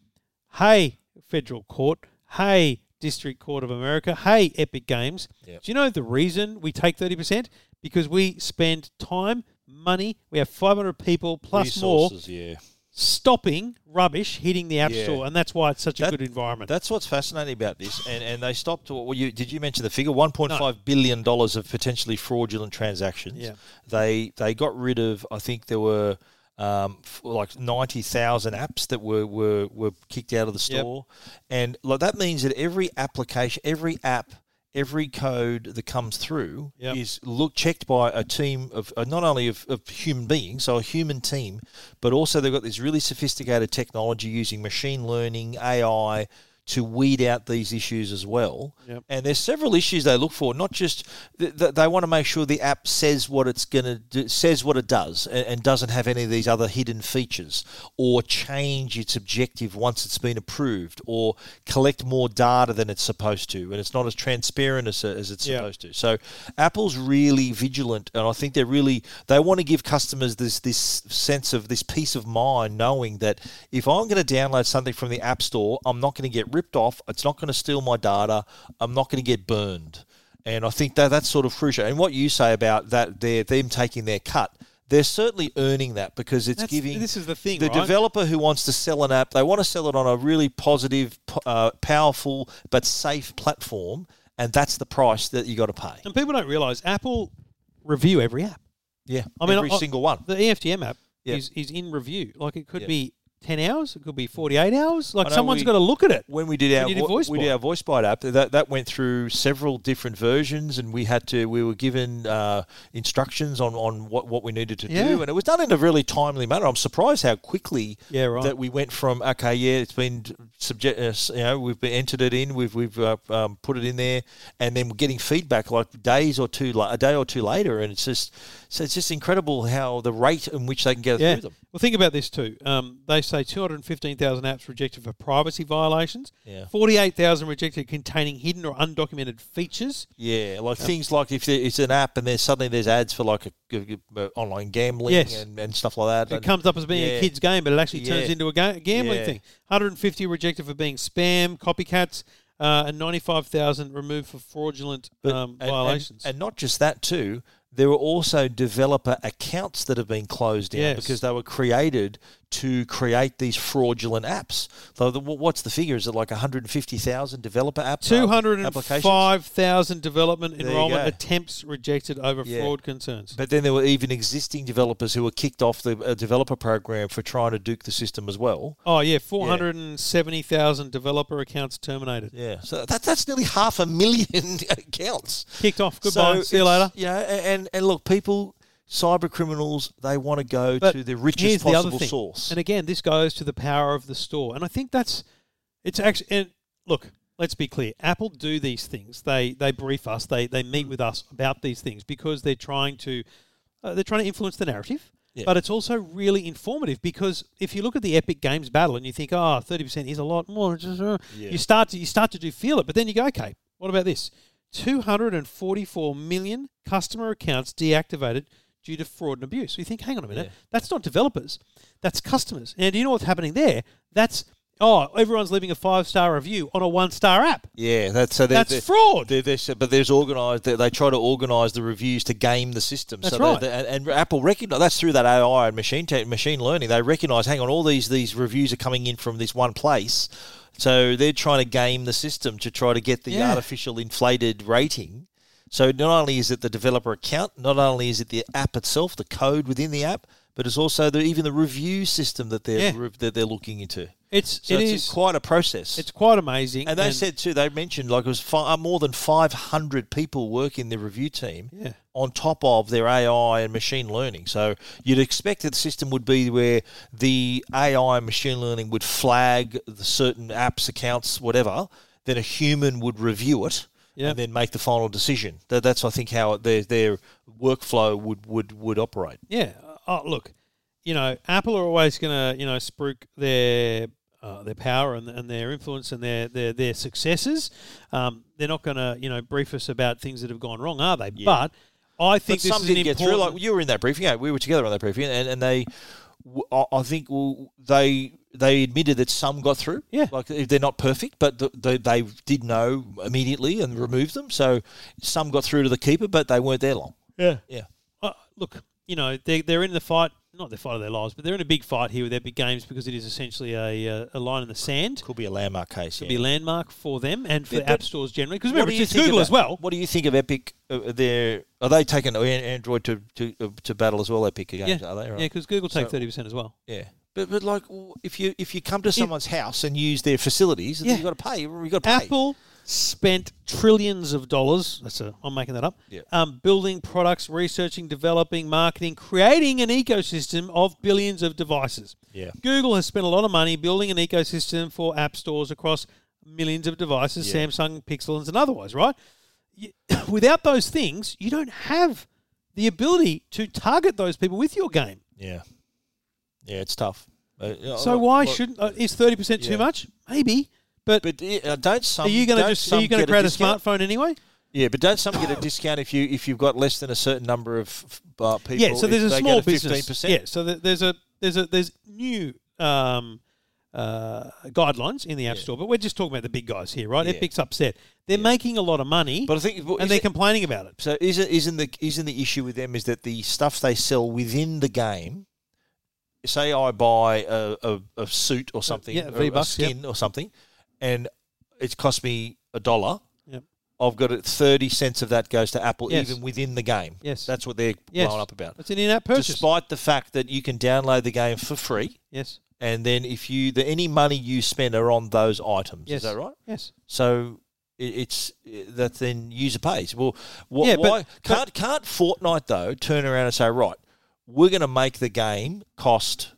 hey, federal court, hey, District Court of America, hey, Epic Games, Yep. do you know the reason we take 30%? Because we spend time, money, we have 500 people plus more Resources, yeah. stopping rubbish hitting the App Yeah. Store. And that's why it's such a That- good environment. That's what's fascinating about this, and and they stopped. Well, you did you mention the figure one point five billion dollars of potentially fraudulent transactions? Yeah. They they got rid of. I think there were. Um, f- like ninety thousand apps that were, were were kicked out of the Yep. store, and like that means that every application, every app, every code that comes through Yep. is look checked by a team of uh, not only of, of human beings, so a human team, but also they've got this really sophisticated technology using machine learning, AI to weed out these issues as well. Yep. And there's several issues they look for, not just th- th- they want to make sure the app says what it's going to do, says what it does and, and doesn't have any of these other hidden features or change its objective once it's been approved or collect more data than it's supposed to and it's not as transparent as, as it's Yeah. supposed to. So Apple's really vigilant, and I think they're really they want to give customers this this sense of this peace of mind, knowing that if I'm going to download something from the App Store, I'm not going to get ripped off. It's not going to steal my data. I'm not going to get burned. And I think that that's sort of crucial. And what you say about that, they're them taking their cut. They're certainly earning that because it's That's- giving this is the thing, the right? developer who wants to sell an app, they want to sell it on a really positive, p- uh, powerful, but safe platform, and that's the price that you got to pay. And people don't realize Apple review every app. Yeah, I mean, every I- single one. The E EFTM app Yeah. is, is in review. Like it could Yeah. be ten hours, it could be forty eight hours. Like I know someone's we- got to look at it. When we did our you did vo- voice we bite. did our voice bite app, that that went through several different versions, and we had to we were given uh, instructions on, on what, what we needed to Yeah. do, and it was done in a really timely manner. I'm surprised how quickly Yeah, right. that we went from okay, yeah, it's been subject, uh, s- you know, we've been entered it in, we've we've uh, um, put it in there, and then we're getting feedback like days or two, la- a day or two later, and it's just so it's just incredible how the rate in which they can get Yeah. through them. Well, think about this too. Um, they say two hundred fifteen thousand apps rejected for privacy violations. Yeah. Forty eight thousand rejected containing hidden or undocumented features. Yeah, like things like if there, it's an app and there's suddenly there's ads for like a, g- g- online gambling Yes. and, and stuff like that. It And- comes up as being a yeah. kid's game, but it actually turns Yeah. into a ga- gambling Yeah. thing. 150 rejected for being spam, copycats, uh, uh, and 95,000 removed for fraudulent But- um, and- violations. And, and not just that too. There were also developer accounts that have been closed down Yes. because they were created to create these fraudulent apps. So, the, wh- what's the figure? Is it like 150,000 developer uh, apps? applications? 205,000 development you enrollment go. attempts rejected over Yeah. fraud concerns. But then there were even existing developers who were kicked off the uh, developer program for trying to duke the system as well. oh, yeah, 470,000 developer accounts terminated. Yeah, so that, that's nearly half a million accounts. Kicked off. Goodbye. See you later. You know, a- and and look, people, cyber criminals, they want to go But to the richest here's the possible other thing. source. And again, this goes to the power of the store, and I think that's it's actually. And look, let's be clear: Apple do these things. They they brief us. They they meet with us about these things because they're trying to uh, they're trying to influence the narrative. Yeah. But it's also really informative because if you look at the Epic Games battle and you think, oh, 30% is a lot more, it's just, uh," Yeah. you start to you start to do feel it. But then you go, okay, what about this? 244 million customer accounts deactivated due to fraud and abuse. You think, hang on a minute, Yeah. that's not developers, that's customers. And do you know what's happening there? That's oh, everyone's leaving a five star review on a one star app. yeah, that's so they're, That's they're, fraud. They're, they're, so- but there's organised. They, they try to organise the reviews to game the system. so That's they- right. they- and, and Apple recognise that's through that AI and machine te- machine learning. They recognise, hang on, all these these reviews are coming in from this one place. So they're trying to game the system to try to get the Yeah. artificial inflated rating. So not only is it the developer account, not only is it the app itself, the code within the app, but it's also the, even the review system that they're Yeah. re- that they're looking into. It's So it it's is quite a process. it's quite amazing. And they said too, they mentioned like it was far, more than 500 people work in the review team Yeah. on top of their AI and machine learning. So you'd expect that the system would be where the AI and machine learning would flag the certain apps, accounts, whatever, then a human would review it. Yeah. And then make the final decision. That, that's, I think, how their their workflow would, would, would operate. Yeah. Oh, look, you know, Apple are always going to, you know, spruik their uh, their power and, and their influence and their their, their successes. Um, they're not going to, you know, brief us about things that have gone wrong, are they? But I think but this some is an did get through. important. Like you were in that briefing, yeah, we were together on that briefing, and, and they, w- I I think well, they they admitted that some got through. Yeah. like if they're not perfect, but th they, they did know immediately and removed them. So some got through to the keeper, but they weren't there long. yeah. Yeah, uh, look, you know, they they're in the fight, not the fight of their lives, but they're in a big fight here with their big games because it is essentially a uh, a line in the sand. could be a landmark case. Could be a landmark for them and for But- app stores generally. Because What remember, do it's you just think Google about- as well. What do you think of Epic? Uh, their are they taking An- Android to to, uh, to battle as well? Epic Yeah, games are they? Right? yeah, because Google take So- thirty percent as well. Yeah. But, but like w- if you if you come to someone's house and use their facilities, Yeah. then you got to pay. You got to pay. Apple spent trillions of dollars. That's a, I'm making that up. Yeah. Um, building products, researching, developing, marketing, creating an ecosystem of billions of devices. Yeah. Google has spent a lot of money building an ecosystem for app stores across millions of devices, Yeah. Samsung, Pixels, and otherwise. Right. You- Without those things, you don't have the ability to target those people with your game. Yeah, yeah, it's tough. Uh, yeah, So look, why look, shouldn't? Uh, is thirty percent Yeah. too much? Maybe. But, But uh, don't some? are you going to don't just are some you going to get create a, discount? smartphone anyway? Yeah, but don't some get a discount if you if you've got less than a certain number of uh, people? Yeah, so there's if a they small go to business. 15%? Yeah, so th- there's a there's a there's new um, uh, guidelines in the app store, but we're just talking about the big guys here, right? Yeah. Epic's upset. They're making a lot of money, But I think and is they're it- complaining about it. so isn't isn't the isn't the issue with them is that the stuff they sell within the game. Say I buy a, a, a suit or something, Uh, yeah, or a V-Bucks, yep. skin or something, and it's cost me a dollar. Yep. I've got it. Thirty cents of that goes to Apple, Yes. even within the game. Yes. that's what they're Yes. blowing up about. It's an in-app purchase. despite the fact that you can download the game for free, yes. and then if you the any money you spend are on those items. Yes. Is that right? Yes. So i- it's i- that then user pays. Well, wh- Yeah, but- why can't can't Fortnite though turn around and say right, we're going to make the game cost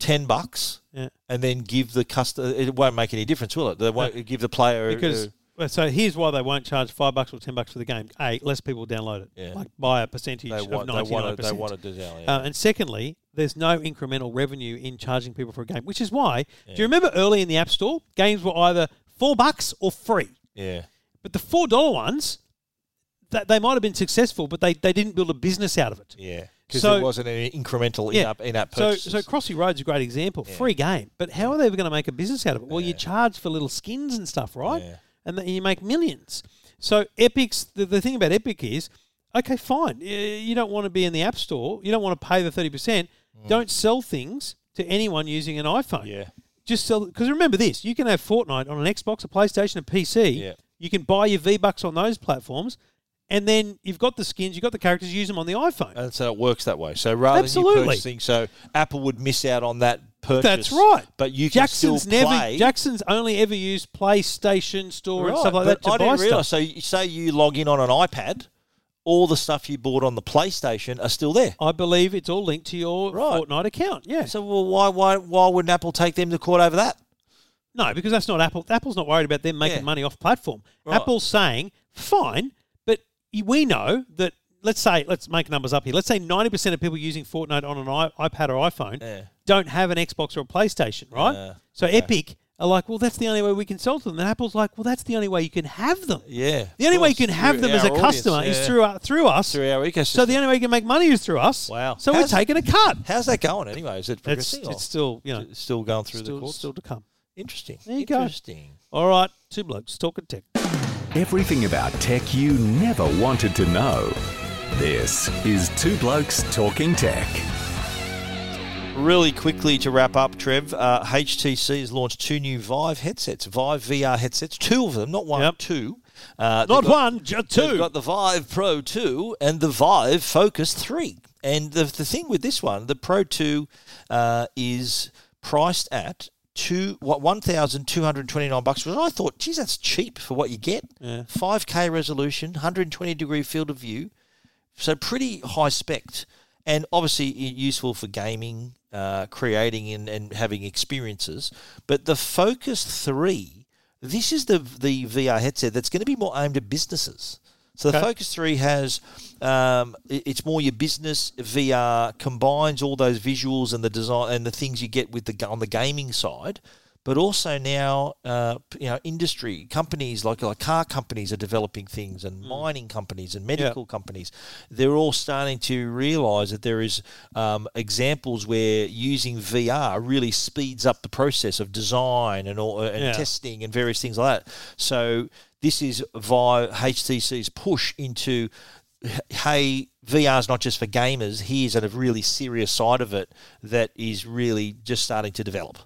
ten bucks. Yeah. And then give the customer. It won't make any difference, will it? They won't give the player Because uh, well, so here's why they won't charge five bucks or ten bucks for the game. A, less people download it, Yeah. like by a percentage they of want. They ninety nine want. to- They percent. want to do that. yeah. Uh, and secondly, there's no incremental revenue in charging people for a game, which is why. Do you remember early in the App Store, games were either four bucks or free. yeah. But the four dollar ones, that they might have been successful, but they, they didn't build a business out of it. Yeah. Because So- there wasn't any incremental Yeah. in-app in-app So, purchases. so Crossy Road's a great example. Free game, but how are they ever going to make a business out of it? Well, you charge for little skins and stuff, right? Yeah. and then you make millions. So Epic's the, the thing about Epic is okay, fine. y- You don't want to be in the App Store. You don't want to pay the thirty percent. Don't sell things to anyone using an iPhone. Mm. Yeah. Just sell because remember this: you can have Fortnite on an Xbox, a PlayStation, a PC. Yeah. You can buy your V Bucks on those platforms, and then you've got the skins, you've got the characters. Use them on the iPhone. And so it works that way. So rather than Absolutely. you purchasing, so Apple would miss out on that purchase. That's right. But you can Jackson's still never. play. Jackson's only ever used PlayStation Store and Right, stuff like that but to I buy didn't realize. stuff. So you, say you log in on an iPad, all the stuff you bought on the PlayStation are still there. I believe it's all linked to your Right. Fortnite account. Yeah. So well, why why why wouldn't Apple take them to court over that? No, because that's not Apple. Apple's not worried about them making Yeah. money off platform. Right. Apple's saying, fine, but y- we know that, let's say, let's make numbers up here. Let's say 90% of people using Fortnite on an I- iPad or iPhone Yeah. don't have an Xbox or a PlayStation, right? Yeah. So Epic are like, well, that's the only way we can sell to them. And Apple's like, well, that's the only way you can have them. Yeah. The only of way you course, can have through them as a our customer audience, is yeah. through our, through us. through our ecosystem. so the only way you can make money is through us. Wow. So How's- we're taking a cut. How's that going anyway? Is it It's, progressing? it's It's, still, you know, still going through the still, courts. still to come. Interesting. There you go. Interesting. All right, two blokes talking tech. Everything about tech you never wanted to know. This is Two Blokes Talking Tech. Really quickly to wrap up, Trev, uh, HTC has launched two new Vive headsets, Vive VR headsets, two of them, not one, Yep. two. Uh, they've Not got- one, just We've two. got the Vive Pro 2 and the Vive Focus 3. And the, the thing with this one, the Pro 2 uh, is priced at two what 1229 bucks which i thought geez that's cheap for what you get 5k resolution 120 degree field of view so pretty high spec and obviously i- useful for gaming uh, creating and, and having experiences but the focus 3 this is the the vr headset that's going to be more aimed at businesses so the Okay. focus 3 has um, i- it's more your business vr combines all those visuals and the design and the things you get with the ga- on the gaming side but also now, uh, p- you know, industry companies like like car companies are developing things, and mining companies and medical companies, they're all starting to realise that there is um, examples where using VR really speeds up the process of design and all and Yeah. testing and various things like that. So this is via HTC's push into hey, VR is not just for gamers. Here's a really serious side of it that is really just starting to develop.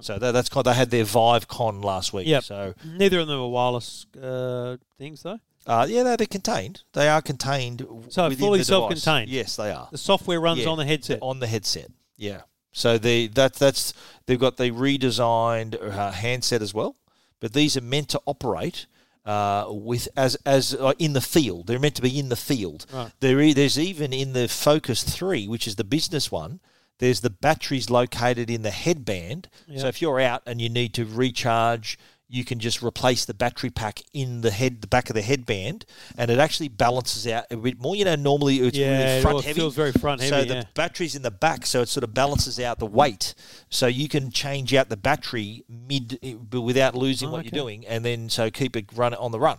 So that, that's kind. They had their Vive Con last week. Yep. So Neither of them are wireless uh, things, though. uh, yeah, no, they're contained. They are contained. So within fully the device. self-contained. Yes, they are The software runs Yeah. on the headset. on the headset. Yeah. So they that that's they've got the redesigned uh, handset as well, but these are meant to operate uh, with as as uh, in the field. They're meant to be in the field. Right. There is, there's even in the Focus Three, which is the business one. There's the batteries located in the headband. So Yeah. if you're out and you need to recharge, you can just replace the battery pack in the head, the back of the headband, and it actually balances out a bit more. You know, normally it's Yeah, really it front all heavy. feels very front So heavy, the yeah. battery's in the back, so it sort of balances out the weight. So you can change out the battery mid but without losing what you're Oh, Okay. doing, and then so keep it run on the run.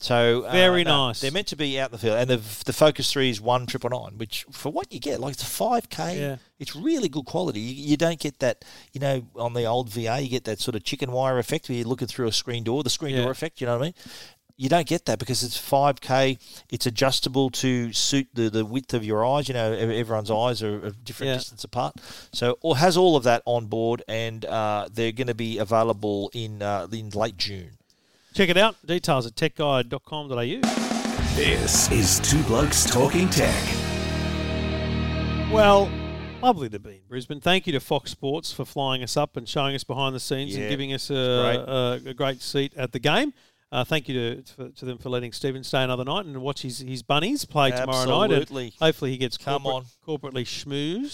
So uh, Very no, nice. They're meant to be out in the field, and the the Focus Three is one triple nine, which for what you get, like it's a five k. Yeah. It's really good quality. You, you don't get that, you know, on the old VR, you get that sort of chicken wire effect where you're looking through a screen door, the screen Yeah. door effect. You know what I mean? You don't get that because it's 5K. It's adjustable to suit the, the width of your eyes. You know, ev- everyone's eyes are a different Yeah. distance apart. So it has all of that on board, and uh, they're going to be available in uh, in late June. Check it out. Details at techguide.com.au. This is Two Blokes Talking Tech. Well, lovely to be in Brisbane. Thank you to Fox Sports for flying us up and showing us behind the scenes Yeah, and giving us a, a, a great seat at the game. Uh, thank you to, to, to them for letting Stephen stay another night and watch his, his bunnies play tomorrow night. Absolutely. And hopefully he gets Come corporate, corporately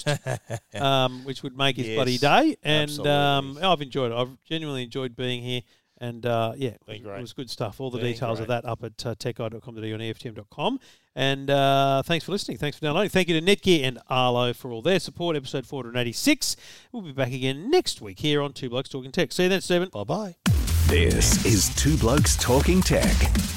schmoozed, um, which would make his Yes, bloody day. And absolutely. um, I've enjoyed it. I've genuinely enjoyed being here. And uh, yeah, it was, great. it was good stuff. All the Been details of great. that up at uh, techguide.com.au and EFTM.com. And uh, thanks for listening. Thanks for downloading. Thank you to Netgear and Arlo for all their support. Episode 486. We'll be back again next week here on Two Blokes Talking Tech. See you then, Stephen. Bye bye. This is Two Blokes Talking Tech.